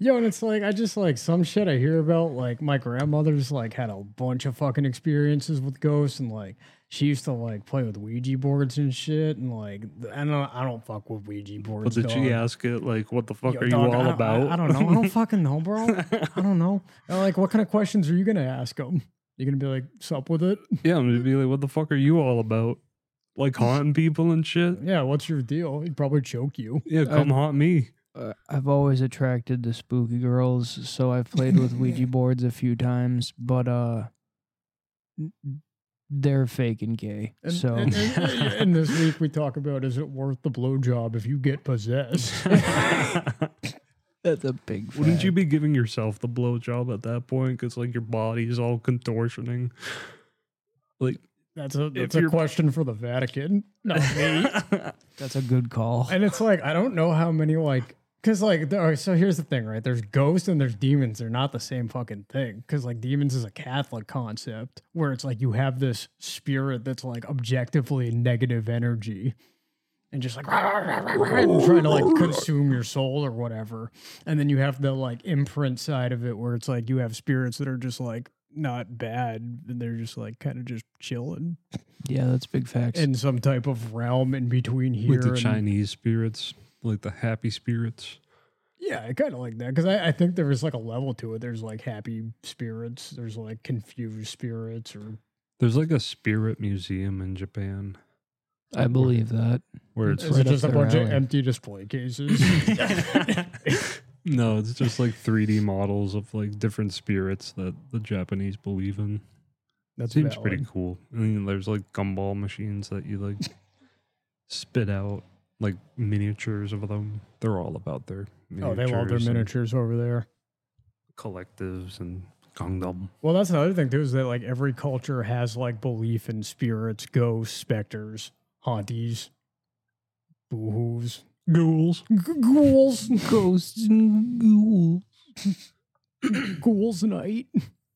Speaker 1: yo, and it's like I just like some shit I hear about. Like my grandmother's like had a bunch of fucking experiences with ghosts, and like she used to like play with Ouija boards and shit, and like th- I don't I don't fuck with Ouija
Speaker 3: But
Speaker 1: boards.
Speaker 3: did she
Speaker 1: dog.
Speaker 3: ask it like, "What the fuck
Speaker 1: Yo,
Speaker 3: are
Speaker 1: dog,
Speaker 3: you
Speaker 1: I
Speaker 3: all
Speaker 1: don't-
Speaker 3: about?"
Speaker 1: I, I don't know. I don't fucking know, bro. I don't know. And, like, what kind of questions are you gonna ask them? You gonna be like, sup with it?
Speaker 3: yeah, I'm gonna be like, "What the fuck are you all about?" Like haunting people and shit.
Speaker 1: Yeah, what's your deal? He'd probably choke you.
Speaker 3: Yeah, come haunt me.
Speaker 2: Uh, I've always attracted the spooky girls, so I've played with Ouija boards a few times, but uh, n- they're fake and gay.
Speaker 1: And,
Speaker 2: so
Speaker 1: and, and- and this week we talk about is it worth the blowjob if you get possessed?
Speaker 2: that's a big.
Speaker 3: Wouldn't you be giving yourself the blowjob at that point? Because like your body's all contortioning. Like
Speaker 1: That's a that's a
Speaker 3: you're-
Speaker 1: question for the Vatican, not me.
Speaker 2: That's a good call.
Speaker 1: and it's like I don't know how many like because like there are, so here's the thing, right? There's ghosts and there's demons. They're not the same fucking thing. Because like demons is a Catholic concept where it's like you have this spirit that's like objectively negative energy. And just like and trying to like consume your soul or whatever. And then you have the like imprint side of it where it's like you have spirits that are just like not bad. And they're just like kind of just chilling
Speaker 2: Yeah, that's big facts.
Speaker 1: in some type of realm in between here
Speaker 3: with the
Speaker 1: and
Speaker 3: Chinese spirits, like the happy spirits.
Speaker 1: yeah i kind of like that because I, I think there's like a level to it there's like happy spirits there's like confused spirits or
Speaker 3: There's like a spirit museum in Japan
Speaker 2: I believe that.
Speaker 3: where it's
Speaker 1: is
Speaker 2: It's right
Speaker 1: it
Speaker 2: up
Speaker 1: just a
Speaker 2: their
Speaker 1: bunch of
Speaker 2: alley.
Speaker 1: empty display cases
Speaker 3: no, it's just like 3D models of like different spirits that the Japanese believe in.
Speaker 1: that
Speaker 3: Seems pretty cool. I mean, there's like gumball machines that you like spit out like miniatures of them. They're all about their
Speaker 1: oh they love their
Speaker 3: and
Speaker 1: miniatures over there
Speaker 3: collectives and gundam.
Speaker 1: well that's another thing too is that like every culture has like belief in spirits ghosts specters haunties boohoos
Speaker 3: Ghouls.
Speaker 1: g- ghouls
Speaker 2: Ghosts and ghouls.
Speaker 1: ghouls night.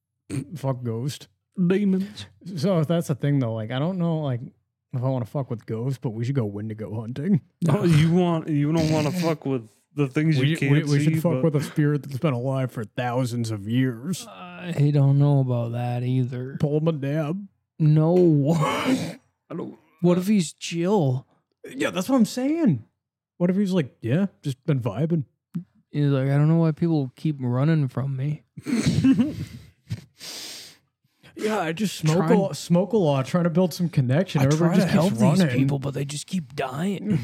Speaker 1: Fuck ghost.
Speaker 3: Demons.
Speaker 1: So if that's the thing though, like I don't know, like if I want to fuck with ghosts, but we should go Wendigo hunting.
Speaker 3: Oh, you want you don't want to fuck with the things you
Speaker 1: We,
Speaker 3: can't
Speaker 1: we- we
Speaker 3: see.
Speaker 1: should fuck
Speaker 3: but
Speaker 1: with a spirit that's been alive for thousands of years.
Speaker 2: I don't know about that either.
Speaker 1: Pull him a dab.
Speaker 2: No.
Speaker 3: I don't,
Speaker 2: what if he's Jill?
Speaker 1: Yeah, that's what I'm saying. What if he's like, yeah, just been vibing?
Speaker 2: He's like, I don't know why people keep running from me.
Speaker 1: Yeah, I just
Speaker 2: Trying-
Speaker 1: smoke a, lot- smoke a lot, trying to build some connection.
Speaker 2: I
Speaker 1: Everybody
Speaker 2: try to
Speaker 1: just
Speaker 2: help
Speaker 1: keeps running.
Speaker 2: these people, but they just keep dying.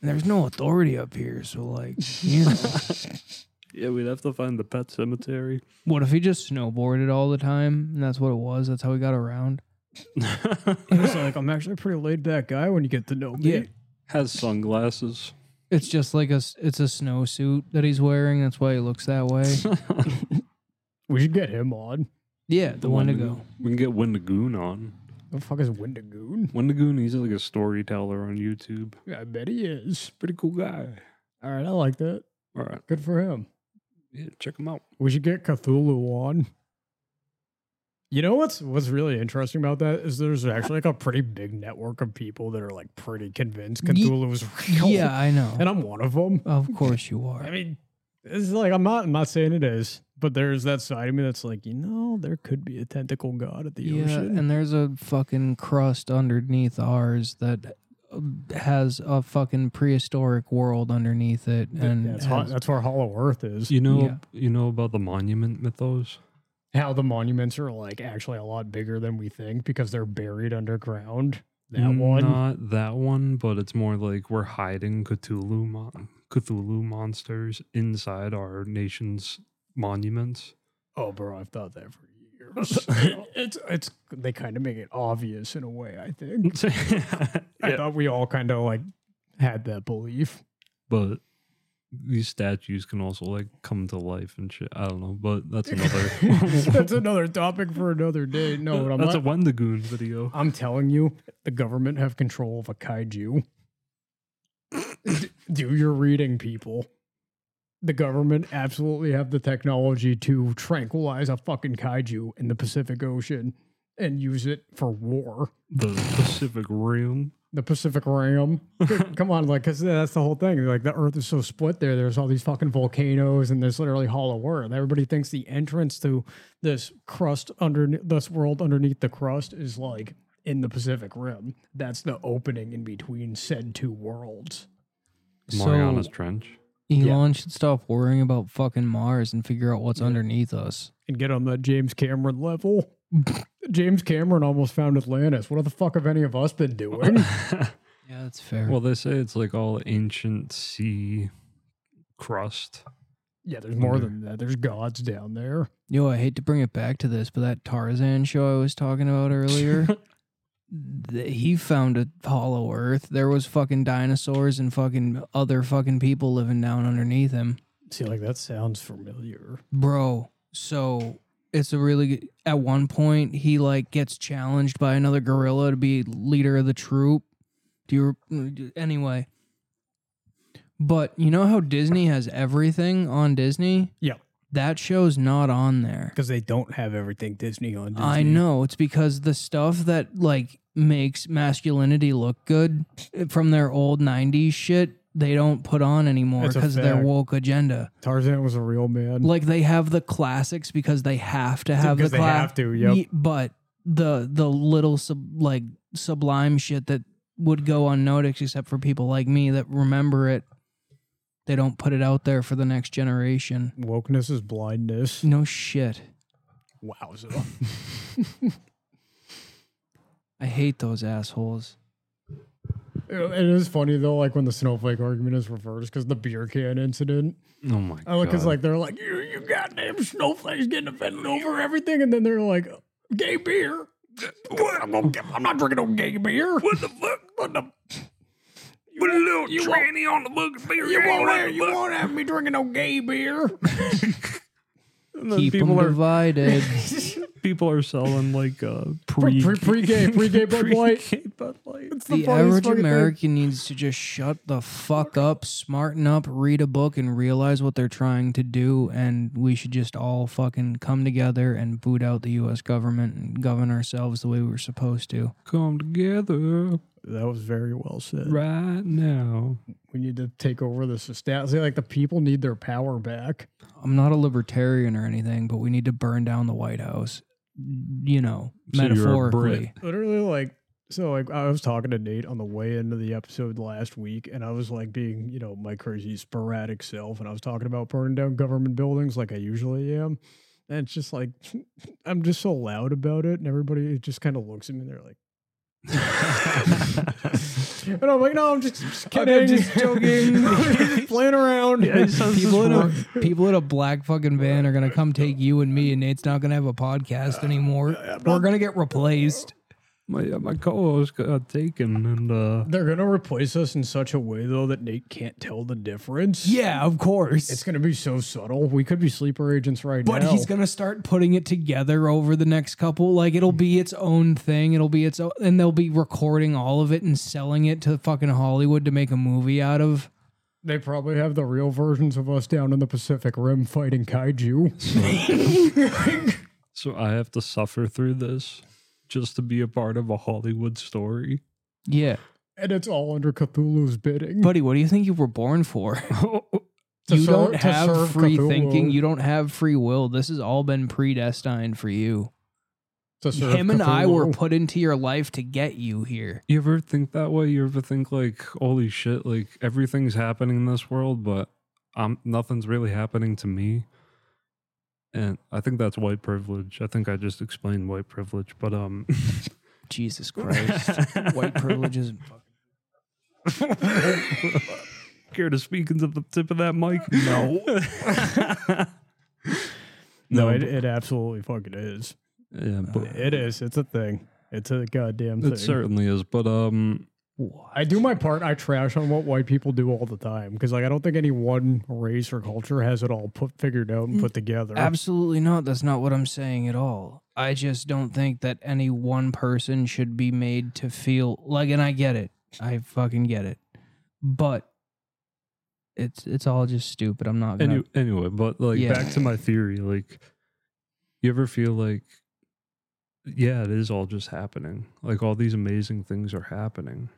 Speaker 2: There's no authority up here, so like, you know.
Speaker 3: yeah, we'd have to find the pet cemetery.
Speaker 2: what if he just snowboarded all the time, and that's what it was? That's how he got around.
Speaker 1: He's like, I'm actually a pretty laid back guy when you get to know me.
Speaker 2: Yeah.
Speaker 3: Has sunglasses.
Speaker 2: It's just like a s- it's a snowsuit that he's wearing. That's why he looks that way.
Speaker 1: We should get him on.
Speaker 2: Yeah, the Wendigo.
Speaker 3: We can get Wendigoon on.
Speaker 1: The fuck is Wendigoon?
Speaker 3: Wendigoon, he's like a storyteller on YouTube.
Speaker 1: I bet he is.
Speaker 3: Pretty cool guy.
Speaker 1: All right, I like that.
Speaker 3: All right.
Speaker 1: Good for him.
Speaker 3: Yeah, check him out.
Speaker 1: We should get Cthulhu on. You know what's what's really interesting about that is there's actually like a pretty big network of people that are like pretty convinced
Speaker 2: Ye-
Speaker 1: Cthulhu is real.
Speaker 2: Yeah, I know.
Speaker 1: and I'm one of them.
Speaker 2: of course you are.
Speaker 1: I mean, it's like I'm not I'm not saying it is, but there's that side of me that's like, you know, there could be a tentacle god at the
Speaker 2: yeah,
Speaker 1: ocean.
Speaker 2: and there's a fucking crust underneath ours that uh, has a fucking prehistoric world underneath it, and
Speaker 1: that's, ho-
Speaker 2: has,
Speaker 1: that's where Hollow Earth is.
Speaker 3: You know,
Speaker 2: Yeah.
Speaker 3: you know about the monument mythos.
Speaker 1: How the monuments are like actually a lot bigger than we think because they're buried underground. That
Speaker 2: Mm,
Speaker 1: one.
Speaker 3: not that one, but it's more like we're hiding Cthulhu, mon- Cthulhu monsters inside our nation's monuments.
Speaker 1: Oh, bro, I've thought that for years. it's it's they kind of make it obvious in a way. I think. I
Speaker 3: Yeah,
Speaker 1: thought we all kind of like had that belief.
Speaker 3: But these statues can also like come to life and shit. I don't know, but that's another.
Speaker 1: That's another topic for another day. No, but I'm
Speaker 3: that's
Speaker 1: not,
Speaker 3: a Wendigoon video.
Speaker 1: I'm telling you, the government have control of a kaiju. D- Do your reading, people. The government absolutely have the technology to tranquilize a fucking kaiju in the Pacific Ocean and use it for war.
Speaker 3: The Pacific Rim.
Speaker 1: the Pacific Rim. Come on, like, because that's the whole thing. Like, the Earth is so split there. There's all these fucking volcanoes, and there's literally hollow Earth. Everybody thinks the entrance to this crust under this world underneath the crust is like in the Pacific Rim. That's the opening in between said two worlds.
Speaker 3: Mariana's
Speaker 2: so
Speaker 3: Trench.
Speaker 2: Elon should stop worrying about fucking Mars and figure out what's underneath us.
Speaker 1: And get on that James Cameron level. James Cameron almost found Atlantis. What the fuck have any of us been doing?
Speaker 2: Yeah, that's fair.
Speaker 3: Well, they say it's like all ancient sea crust.
Speaker 1: yeah, there's more than that. There's gods down there.
Speaker 2: Yo, I hate to bring it back to this, but that Tarzan show I was talking about earlier, th- he found a hollow earth. There was fucking dinosaurs and fucking other fucking people living down underneath him.
Speaker 1: See, like, that sounds familiar.
Speaker 2: Bro, so it's a really good, at one point he like gets challenged by another gorilla to be leader of the troop. Do you mm, anyway? But you know how Disney has everything on Disney?
Speaker 1: Yeah.
Speaker 2: That show's not on there.
Speaker 1: because they don't have everything Disney on. Disney.
Speaker 2: I know it's because the stuff that like makes masculinity look good eh, from their old '90s shit they don't put on anymore
Speaker 1: That's a
Speaker 2: because of their
Speaker 1: fact.
Speaker 2: woke agenda.
Speaker 1: Tarzan was a real man.
Speaker 2: Like they have the classics because they have to have
Speaker 1: because
Speaker 2: the
Speaker 1: they
Speaker 2: cla-
Speaker 1: have to, yep.
Speaker 2: Ye- But the the little sub like sublime shit that would go unnoticed except for people like me that remember it, they don't put it out there for the next generation.
Speaker 1: Wokeness is blindness.
Speaker 2: No shit.
Speaker 1: Wowza.
Speaker 2: I hate those assholes.
Speaker 1: it is funny though, like when the snowflake argument is reversed because the beer can incident.
Speaker 3: Oh my
Speaker 1: I look,
Speaker 3: god!
Speaker 1: because like they're like, you, you goddamn snowflakes getting offended over everything, and then they're like, gay beer. What? I'm, gonna get, I'm not drinking no gay beer. What the fuck? What the? Put a little you tranny on the book beer. You won't, have, you won't have me drinking no gay beer.
Speaker 3: And then
Speaker 5: Keep them
Speaker 3: people are
Speaker 5: divided.
Speaker 3: people are selling like uh,
Speaker 1: Pre
Speaker 3: pre
Speaker 1: pre pre-gay, pre-gay Bud Light.
Speaker 3: pre-gay Bud Light.
Speaker 1: It's
Speaker 2: The
Speaker 1: funniest
Speaker 2: average
Speaker 1: fucking thing.
Speaker 2: American needs to just shut the fuck up, smarten up, read a book, and realize what they're trying to do. And we should just all fucking come together and boot out the U.S. government and govern ourselves the way we were supposed to.
Speaker 3: Come together
Speaker 6: That was very well said.
Speaker 3: right now.
Speaker 1: We need to take over the stat. Say like the people need their power back.
Speaker 2: I'm not a libertarian or anything, but we need to burn down the White House. You know,
Speaker 3: So you're a
Speaker 2: metaphorically.
Speaker 3: Brit.
Speaker 1: Literally, like so. Like I was talking to Nate on the way into the episode last week, and I was like being, you know, my crazy sporadic self, and I was talking about burning down government buildings like I usually am. And it's just like I'm just so loud about it, and everybody just kind of looks at me. and They're like. And I'm like, no, I'm just, just
Speaker 2: I'm
Speaker 1: kidding.
Speaker 2: just joking.
Speaker 1: I'm just playing around.
Speaker 3: Yeah, it sounds
Speaker 2: People in, a,
Speaker 3: just
Speaker 2: people in a black fucking van are gonna come take you and me, and Nate's not gonna have a podcast anymore. We're gonna get replaced.
Speaker 3: My uh, my co-host got taken, and uh,
Speaker 1: They're gonna replace us in such a way though that Nate can't tell the difference.
Speaker 2: Yeah, of course.
Speaker 1: It's gonna be so subtle. We could be sleeper agents right
Speaker 2: but
Speaker 1: now.
Speaker 2: he's gonna start putting it together over the next couple. Like it'll be its own thing. It'll be its own, and they'll be recording all of it and selling it to fucking Hollywood to make a movie out of.
Speaker 1: They probably have the real versions of us down in the Pacific Rim fighting kaiju.
Speaker 3: so I have to suffer through this just to be a part of a Hollywood story.
Speaker 2: Yeah,
Speaker 1: And it's all under Cthulhu's bidding.
Speaker 2: buddy, what do you think you were born for?
Speaker 1: To
Speaker 2: you
Speaker 1: ser-
Speaker 2: don't
Speaker 1: to
Speaker 2: have
Speaker 1: serve
Speaker 2: free
Speaker 1: Cthulhu.
Speaker 2: thinking. You don't have free will. This has all been predestined for you.
Speaker 1: To serve
Speaker 2: Him and I were
Speaker 1: Cthulhu.
Speaker 2: put into your life to get you here.
Speaker 3: You ever think that way? You ever think like, holy shit, like everything's happening in this world, but um, nothing's really happening to me. And I think that's white privilege. I think I just explained white privilege, but um,
Speaker 2: Jesus Christ. White privilege is
Speaker 3: care to speak into the tip of that mic? No.
Speaker 1: No,
Speaker 3: no,
Speaker 1: it, it absolutely fucking is.
Speaker 3: yeah, but
Speaker 1: It is. It's a thing. It's a goddamn thing.
Speaker 3: it certainly is. But um,
Speaker 1: I do my part. I trash on what white people do all the time because, like, I don't think any one race or culture has it all put figured out
Speaker 2: Mm,
Speaker 1: and put together.
Speaker 2: Absolutely not. That's not what I'm saying at all. I just don't think that any one person should be made to feel like and I get it. I fucking get it. But it's it's all just stupid. I'm not gonna
Speaker 3: Any, anyway, but like
Speaker 2: Yeah.
Speaker 3: back to my theory, like you ever feel like yeah, it is all just happening. Like all these amazing things are happening.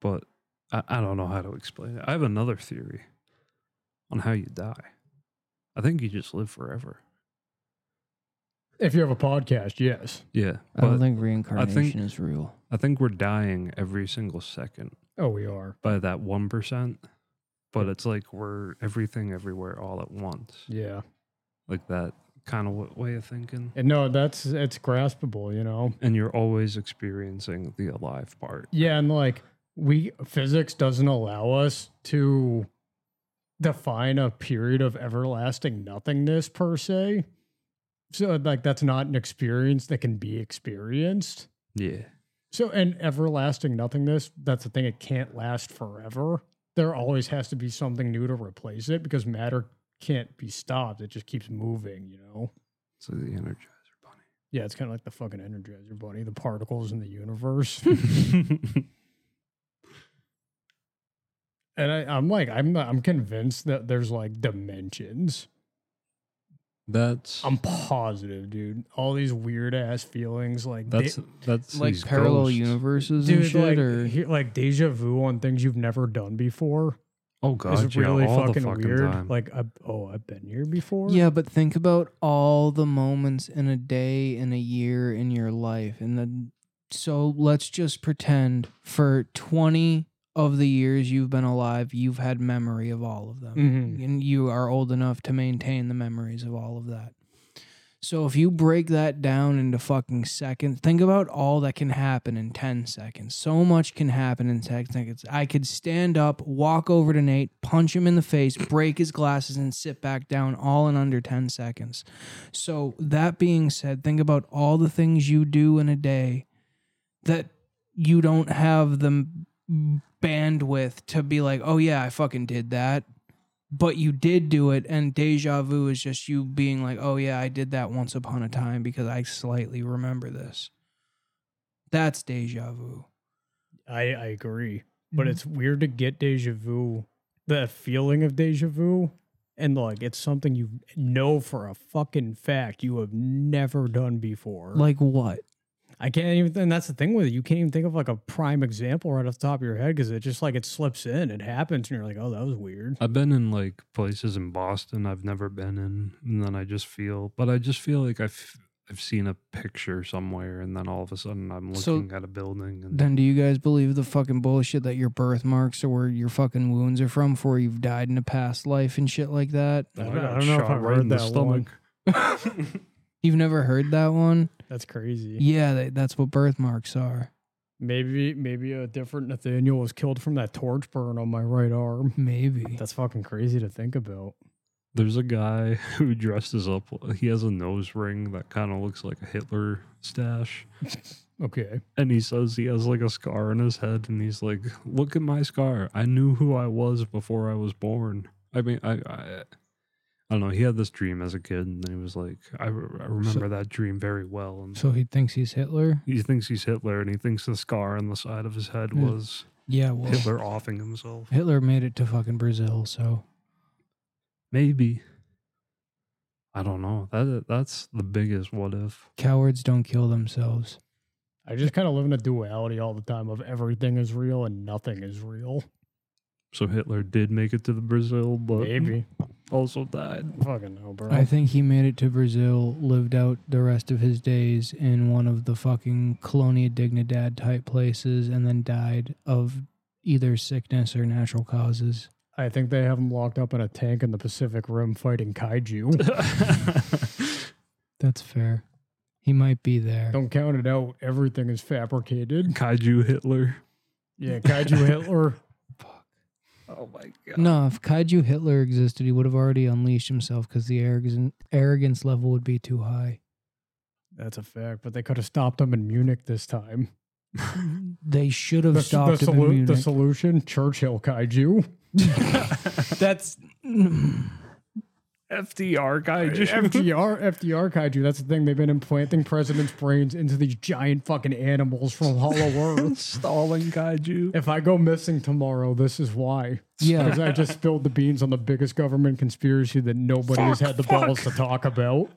Speaker 3: But I, I don't know how to explain it. I have another theory on how you die. I think you just live forever.
Speaker 1: If you have a podcast, yes.
Speaker 3: Yeah.
Speaker 2: I don't
Speaker 3: but
Speaker 2: think reincarnation
Speaker 3: think-
Speaker 2: is real.
Speaker 3: I think we're dying every single second
Speaker 1: Oh, we are.
Speaker 3: by that one percent. But it's like we're everything everywhere all at once.
Speaker 1: Yeah.
Speaker 3: Like that kind of way of thinking.
Speaker 1: And no, that's it's graspable, you know.
Speaker 3: and you're always experiencing the alive part.
Speaker 1: Yeah, and like we physics doesn't allow us to define a period of everlasting nothingness per se. So like that's not an experience that can be experienced.
Speaker 3: Yeah.
Speaker 1: So and everlasting nothingness, that's the thing it can't last forever. There always has to be something new to replace it because matter can't be stopped. It just keeps moving, you know.
Speaker 3: So the Energizer
Speaker 1: Yeah, it's kind of like the fucking Energizer Bunny, the particles in the universe.
Speaker 3: Bunny.
Speaker 1: and I, I'm like, I'm I'm convinced that there's like dimensions.
Speaker 3: that's
Speaker 1: I'm positive, dude. All these weird ass feelings, like de-
Speaker 3: that's that's
Speaker 2: Like
Speaker 3: these
Speaker 2: parallel
Speaker 3: ghosts.
Speaker 2: universes and
Speaker 1: dude,
Speaker 2: shit
Speaker 1: like,
Speaker 2: or
Speaker 1: he- like deja vu on things you've never done before
Speaker 3: Oh god,
Speaker 1: is really
Speaker 3: yeah, all
Speaker 1: fucking,
Speaker 3: the fucking
Speaker 1: weird.
Speaker 3: time.
Speaker 1: Like, I, oh, I've been here before.
Speaker 2: Yeah, but think about all the moments in a day, in a year, in your life. And then, so let's just pretend for 20 of the years you've been alive, you've had memory of all of them.
Speaker 1: Mhm.
Speaker 2: And you are old enough to maintain the memories of all of that. So if you break that down into fucking seconds, think about all that can happen in 10 seconds. So much can happen in 10 seconds. I could stand up, walk over to Nate, punch him in the face, break his glasses, and sit back down all in under 10 seconds. So that being said, think about all the things you do in a day that you don't have the m- bandwidth to be like, oh yeah, I fucking did that.
Speaker 4: but you did do it, and deja vu is just you being like, "Oh yeah, I did that once upon a time because I slightly remember this." That's deja vu.
Speaker 1: I, I agree. But it's weird to get deja vu, the feeling of deja vu. And like, it's something you know for a fucking fact you have never done before.
Speaker 4: Like what?
Speaker 1: I can't even, and that's the thing with it. You can't even think of like a prime example right off the top of your head because it just like it slips in, it happens, and you're like, oh, that was weird.
Speaker 3: I've been in like places in Boston I've never been in, and then I just feel, but I just feel like I've I've seen a picture somewhere, and then all of a sudden I'm
Speaker 4: So-
Speaker 3: looking at a building, and
Speaker 4: Then do you guys believe the fucking bullshit that your birthmarks are where your fucking wounds are from for you've died in a past life and shit like that?
Speaker 1: I
Speaker 3: I
Speaker 1: don't-
Speaker 3: got
Speaker 1: I don't know if
Speaker 3: shot
Speaker 1: I've
Speaker 3: right
Speaker 1: heard
Speaker 3: in the
Speaker 1: that
Speaker 3: stomach.
Speaker 4: You've never heard that one?
Speaker 1: That's crazy.
Speaker 4: Yeah, that, that's what birthmarks are.
Speaker 1: Maybe, maybe a different Nathaniel was killed from that torch burn on my right arm.
Speaker 4: Maybe.
Speaker 1: That's fucking crazy to think about.
Speaker 3: There's a guy who dresses up. He has a nose ring that kind of looks like a Hitler stash.
Speaker 1: Okay.
Speaker 3: And he says he has like a scar on his head. And he's like, Look at my scar. I knew who I was before I was born. I mean, I, I, I don't know. He had this dream as a kid. And he was like, I, re- I remember that dream very well. And
Speaker 2: So he thinks he's Hitler?
Speaker 3: he thinks he's Hitler. And he thinks the scar on the side of his head
Speaker 2: Yeah.
Speaker 3: was
Speaker 2: Yeah, well,
Speaker 3: Hitler offing himself.
Speaker 2: Hitler made it to fucking Brazil, so
Speaker 3: Maybe. I don't know. That That's the biggest what if.
Speaker 2: cowards don't kill themselves.
Speaker 1: I just kind of live in a duality all the time of everything is real and nothing is real.
Speaker 3: So Hitler did make it to the Brazil, but
Speaker 1: Maybe.
Speaker 3: also died.
Speaker 1: Mm-hmm. Fucking no, bro.
Speaker 2: I think he made it to Brazil, lived out the rest of his days in one of the fucking Colonia Dignidad type places, and then died of either sickness or natural causes.
Speaker 1: I think they have him locked up in a tank in the Pacific Rim fighting kaiju.
Speaker 2: That's fair. He might be there.
Speaker 1: Don't count it out. Everything is fabricated.
Speaker 3: Kaiju Hitler.
Speaker 1: Yeah, kaiju Hitler.
Speaker 3: Oh my god.
Speaker 2: No, if Kaiju Hitler existed, he would have already unleashed himself because the arrogance, arrogance level would be too high.
Speaker 1: That's a fact. But they could have stopped him in Munich this time.
Speaker 2: They should have
Speaker 1: The,
Speaker 2: stopped
Speaker 1: the,
Speaker 2: him in
Speaker 1: solu- the
Speaker 2: Munich.
Speaker 1: solution: Churchill kaiju.
Speaker 4: That's
Speaker 3: FDR Kaiju.
Speaker 1: FDR, FDR kaiju. That's the thing. They've been implanting presidents' brains into these giant fucking animals from Hollow Earth.
Speaker 3: Stalin Kaiju.
Speaker 1: If I go missing tomorrow, this is why.
Speaker 2: yeah,
Speaker 1: Because I just spilled the beans on the biggest government conspiracy that nobody has had the balls to talk about.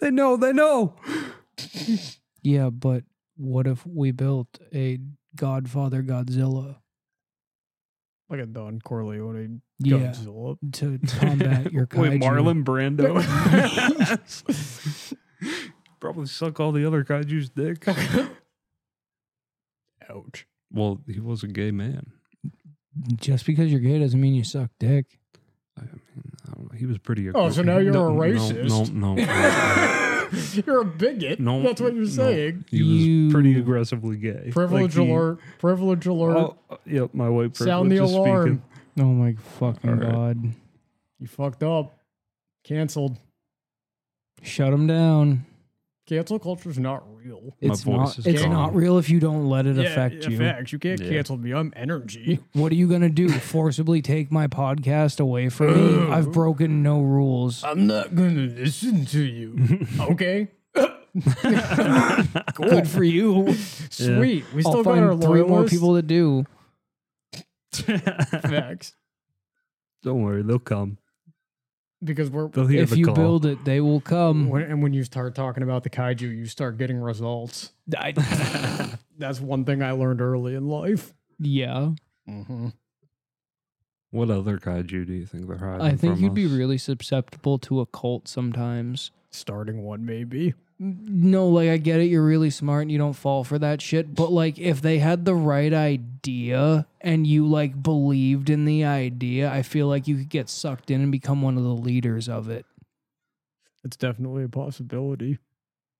Speaker 4: they know, they know.
Speaker 2: yeah, but what if we built a Godfather Godzilla?
Speaker 1: Like a Don Corleone
Speaker 2: Yeah,
Speaker 1: Godzilla.
Speaker 2: to combat your kaiju.
Speaker 3: Wait, Marlon Brando. Probably suck all the other Kaiju's dick.
Speaker 1: Ouch.
Speaker 3: well, he was a gay man.
Speaker 2: Just because you're gay doesn't mean you suck dick.
Speaker 3: I mean, I don't know. He was pretty.
Speaker 1: Oh, so now you're a
Speaker 3: no,
Speaker 1: racist.
Speaker 3: No, no. no.
Speaker 1: You're a bigot.
Speaker 3: No,
Speaker 1: That's what you're
Speaker 3: no.
Speaker 1: saying.
Speaker 3: He was pretty
Speaker 2: You-
Speaker 3: aggressively gay.
Speaker 1: Privilege
Speaker 3: Like, he-
Speaker 1: alert. Privilege alert.
Speaker 3: Oh, yep, my white privilege
Speaker 1: Sound the
Speaker 3: is
Speaker 1: alarm.
Speaker 3: speaking.
Speaker 2: Oh my fucking
Speaker 3: All right.
Speaker 2: god!
Speaker 1: You fucked up. Canceled.
Speaker 2: Shut him down.
Speaker 1: Cancel culture's not real.
Speaker 3: My
Speaker 2: It's
Speaker 3: voice
Speaker 2: not.
Speaker 3: is
Speaker 2: It's
Speaker 3: gone.
Speaker 2: not real if you don't let it affect
Speaker 1: yeah,
Speaker 2: you.
Speaker 1: Facts. You can't
Speaker 3: Yeah.
Speaker 1: cancel me. I'm energy.
Speaker 2: What are you gonna do? Forcibly take my podcast away from me? I've broken no rules.
Speaker 1: I'm not gonna listen to you. okay.
Speaker 2: Good for you.
Speaker 1: Sweet. We still
Speaker 2: I'll
Speaker 1: got our
Speaker 2: find three more
Speaker 1: loyalists.
Speaker 2: people to do.
Speaker 1: Facts.
Speaker 3: Don't worry, they'll come.
Speaker 1: Because we're
Speaker 3: They'll hear
Speaker 2: if
Speaker 3: the
Speaker 2: you
Speaker 3: call.
Speaker 2: build it, they will come.
Speaker 1: when, and when you start talking about the kaiju, you start getting results.
Speaker 2: I-
Speaker 1: That's one thing I learned early in life.
Speaker 2: yeah,
Speaker 1: Mm-hmm.
Speaker 3: What other kaiju do you think they're hiding?
Speaker 2: I think
Speaker 3: from
Speaker 2: you'd be
Speaker 3: us?
Speaker 2: really susceptible to a cult sometimes.
Speaker 1: Starting one, maybe.
Speaker 2: No, like I get it. You're really smart and you don't fall for that shit. But like, if they had the right idea and you like believed in the idea, I feel like you could get sucked in and become one of the leaders of it.
Speaker 1: It's definitely a possibility.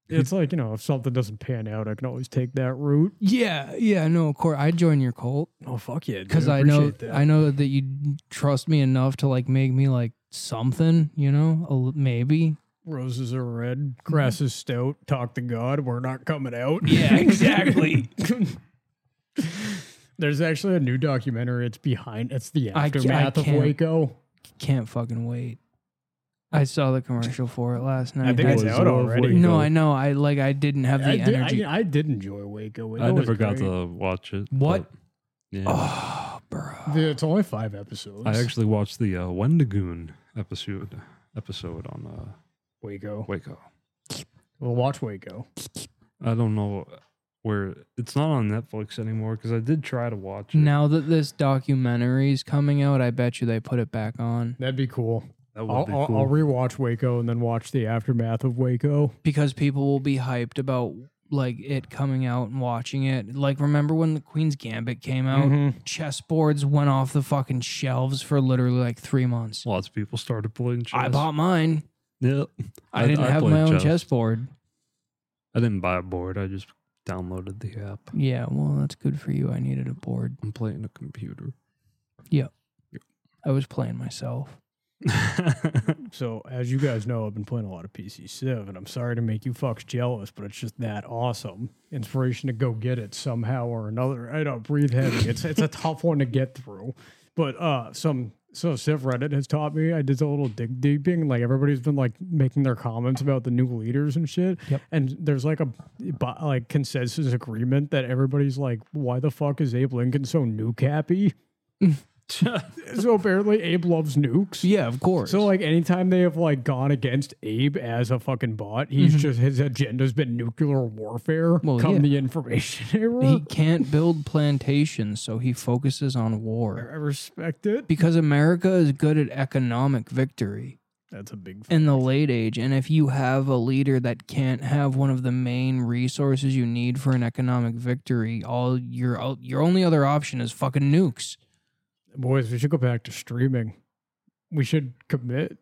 Speaker 1: It's like, you know, if something doesn't pan out, I can always take that route.
Speaker 2: Yeah, yeah. No, of course, I'd join your cult
Speaker 1: Oh, fuck yeah. dude.
Speaker 2: because I know
Speaker 1: Appreciate that.
Speaker 2: I know that you trust me enough to like make me like something. You know, a l- maybe.
Speaker 1: Roses are red,
Speaker 2: Mm-hmm.
Speaker 1: grass is stout, talk to God, we're not coming out.
Speaker 2: exactly.
Speaker 1: There's actually a new documentary. It's behind, it's the
Speaker 2: I ca- I
Speaker 1: aftermath of
Speaker 2: can't-
Speaker 1: Waco.
Speaker 2: can't fucking wait. I saw the commercial for it last night.
Speaker 7: I think it's
Speaker 3: was
Speaker 7: out
Speaker 3: all
Speaker 7: already.
Speaker 3: Waco.
Speaker 2: no, I know. I like. I didn't have the
Speaker 1: I did,
Speaker 2: energy.
Speaker 1: I, I did enjoy Waco. It
Speaker 3: I
Speaker 1: was
Speaker 3: never got
Speaker 1: great.
Speaker 3: to watch it.
Speaker 2: What?
Speaker 3: but, Yeah.
Speaker 2: oh, bro.
Speaker 1: Dude, it's only five episodes.
Speaker 3: I actually watched the uh, Wendigoon episode episode on uh,
Speaker 1: Waco.
Speaker 3: Waco.
Speaker 1: Well, watch Waco.
Speaker 3: I don't know where it's not on Netflix anymore because I did try to watch it.
Speaker 2: Now that this documentary's coming out, I bet you they put it back on
Speaker 1: That'd be cool.
Speaker 3: that would
Speaker 1: I'll,
Speaker 3: be
Speaker 1: I'll,
Speaker 3: cool.
Speaker 1: I'll rewatch Waco and then watch the aftermath of Waco.
Speaker 2: because people will be hyped about like it coming out and watching it. Like remember when the Queen's Gambit came out?
Speaker 1: Mm-hmm.
Speaker 3: Mm-hmm.
Speaker 2: Chessboards went off the fucking shelves for literally like three months.
Speaker 3: Lots of people started playing chess.
Speaker 2: I bought mine.
Speaker 3: Yeah,
Speaker 2: I,
Speaker 3: I-
Speaker 2: didn't
Speaker 3: I
Speaker 2: have
Speaker 3: played
Speaker 2: my own
Speaker 3: chess.
Speaker 2: chessboard.
Speaker 3: I didn't buy a board. I just downloaded the app.
Speaker 2: Yeah, well, that's good for you. I needed a board.
Speaker 3: I'm playing a computer.
Speaker 2: I was playing myself.
Speaker 1: So, as you guys know, I've been playing a lot of PC Civ, and I'm sorry to make you fucks jealous, but it's just that awesome. Inspiration to go get it somehow or another. I don't breathe heavy. It's it's a tough one to get through, but uh, some so Civ Reddit has taught me. I did a little dig deeping. Like everybody's been like making their comments about the new leaders and shit.
Speaker 2: Yep.
Speaker 1: And there's like a bo- like consensus agreement that everybody's like, why the fuck is Abe Lincoln so nuke happy? so apparently Abe loves nukes.
Speaker 2: Yeah, of course.
Speaker 1: So like anytime they have like gone against Abe as a fucking bot, he's just his agenda's been nuclear warfare.
Speaker 2: Mm-hmm. Well,
Speaker 1: come
Speaker 2: yeah.
Speaker 1: the information era.
Speaker 2: he can't build plantations, so he focuses on
Speaker 1: I
Speaker 2: war.
Speaker 1: respect it.
Speaker 2: Because America is good at economic victory
Speaker 1: That's a big.
Speaker 2: in the late age. And if you have a leader that can't have one of the main resources you need for an economic victory, all your all- your only other option is fucking nukes.
Speaker 1: Boys, we should go back to streaming. We should commit.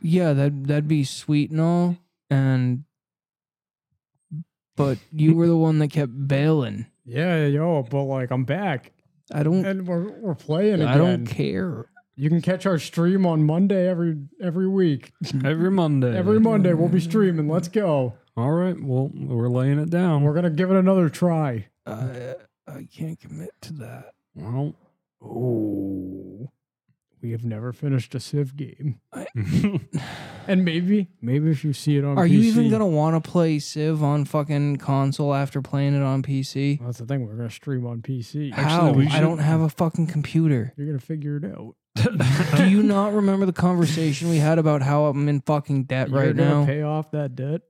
Speaker 2: Yeah, that that'd be sweet and all, and but you were the one that kept bailing.
Speaker 1: Yeah, yo, but like I'm back
Speaker 2: I don't
Speaker 1: and we're we're playing again.
Speaker 2: Mm. I don't care.
Speaker 1: you can catch our stream on Monday every every week.
Speaker 3: Every Monday.
Speaker 1: Every Monday we'll be streaming. Let's go.
Speaker 3: All right. Well, we're laying it down.
Speaker 1: We're gonna give it another try.
Speaker 2: I I can't commit to that.
Speaker 3: Well,
Speaker 1: Oh, we have never finished a Civ game.
Speaker 3: I
Speaker 1: And maybe, maybe if you see it on,
Speaker 2: Are you even
Speaker 1: PC
Speaker 2: gonna want to play Civ on fucking console after playing it on PC?
Speaker 1: Well, that's the thing. We're gonna stream on PC.
Speaker 2: How?
Speaker 3: we
Speaker 2: I
Speaker 3: should-
Speaker 2: don't have a fucking computer.
Speaker 1: You're gonna figure it out.
Speaker 2: Do you not remember the conversation we had about how I'm in fucking debt
Speaker 1: You're
Speaker 2: right
Speaker 1: gonna
Speaker 2: now?
Speaker 1: pay off that debt.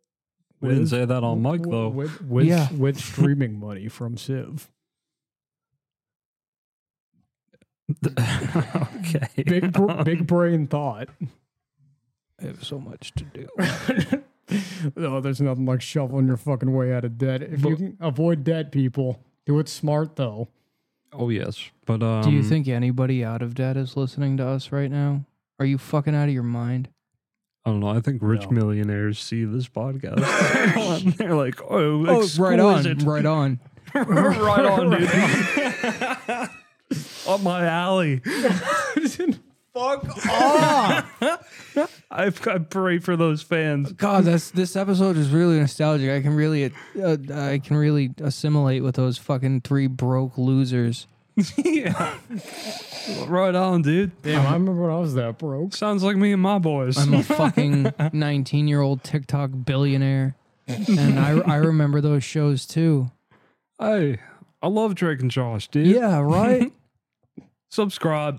Speaker 3: we didn't
Speaker 1: with-
Speaker 3: say that on mic
Speaker 1: w-
Speaker 3: though.
Speaker 1: With with,
Speaker 2: Yeah.
Speaker 1: with streaming money from Civ.
Speaker 3: okay.
Speaker 1: Big br- big brain thought.
Speaker 2: I have so much to do.
Speaker 1: no, Oh, there's nothing like shoveling your fucking way out of debt. If you
Speaker 3: But-
Speaker 1: can avoid debt, people do it smart though.
Speaker 3: Oh yes, but um,
Speaker 2: Do you think anybody out of debt is listening to us right now? Are you fucking out of your mind?
Speaker 3: I don't know. I think rich
Speaker 1: No.
Speaker 3: millionaires see this podcast. They're like, oh,
Speaker 2: right on,
Speaker 3: exquisite.
Speaker 2: right on.
Speaker 3: right on, dude. Up my alley.
Speaker 1: Fuck.
Speaker 3: I've, I pray for those fans.
Speaker 2: God, that's this episode is really nostalgic. I can really, uh, I can really assimilate with those fucking three broke losers.
Speaker 3: yeah. Right on, dude.
Speaker 1: Damn, I remember when I was that broke.
Speaker 3: Sounds like me and my boys.
Speaker 2: I'm a fucking 19 year old TikTok billionaire, and I I remember those shows too.
Speaker 3: hey, I love Drake and Josh, dude.
Speaker 2: Yeah, right.
Speaker 3: Subscribe.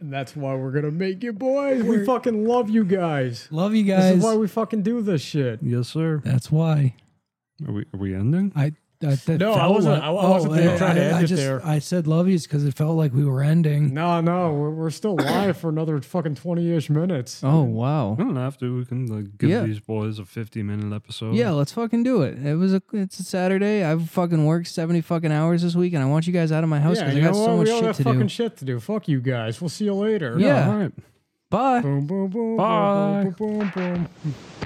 Speaker 1: And that's why we're gonna make it, boys. We fucking love you guys.
Speaker 2: Love you
Speaker 1: This
Speaker 2: guys.
Speaker 1: is why we fucking do this shit.
Speaker 3: Yes, sir.
Speaker 2: that's why
Speaker 3: Are we, are we ending?
Speaker 8: I, I that
Speaker 1: No, I
Speaker 8: felt
Speaker 1: wasn't-
Speaker 8: like-
Speaker 1: I- I wasn't
Speaker 8: oh,
Speaker 1: trying to
Speaker 8: I-
Speaker 1: end
Speaker 8: I
Speaker 1: it
Speaker 8: just,
Speaker 1: there.
Speaker 8: I said love yous because it felt like we were ending.
Speaker 1: No, no, we're, we're still live for another fucking 20 ish minutes.
Speaker 2: Oh wow.
Speaker 3: I don't have to. We can like, give
Speaker 2: Yeah.
Speaker 3: these boys a 50 minute episode.
Speaker 2: Yeah, let's fucking do it. It was a it's a Saturday. I've fucking worked seventy fucking hours this week, and I want you guys out of my house because
Speaker 1: you
Speaker 2: I got
Speaker 1: know
Speaker 2: so
Speaker 1: what?
Speaker 2: much
Speaker 1: we all
Speaker 2: shit
Speaker 1: got
Speaker 2: to
Speaker 1: fucking
Speaker 2: do.
Speaker 1: shit to do. Fuck you guys. We'll see you later.
Speaker 2: Yeah.
Speaker 3: All right.
Speaker 2: Bye.
Speaker 1: Boom, boom, boom.
Speaker 3: Bye.
Speaker 1: Boom, boom, boom, boom, boom.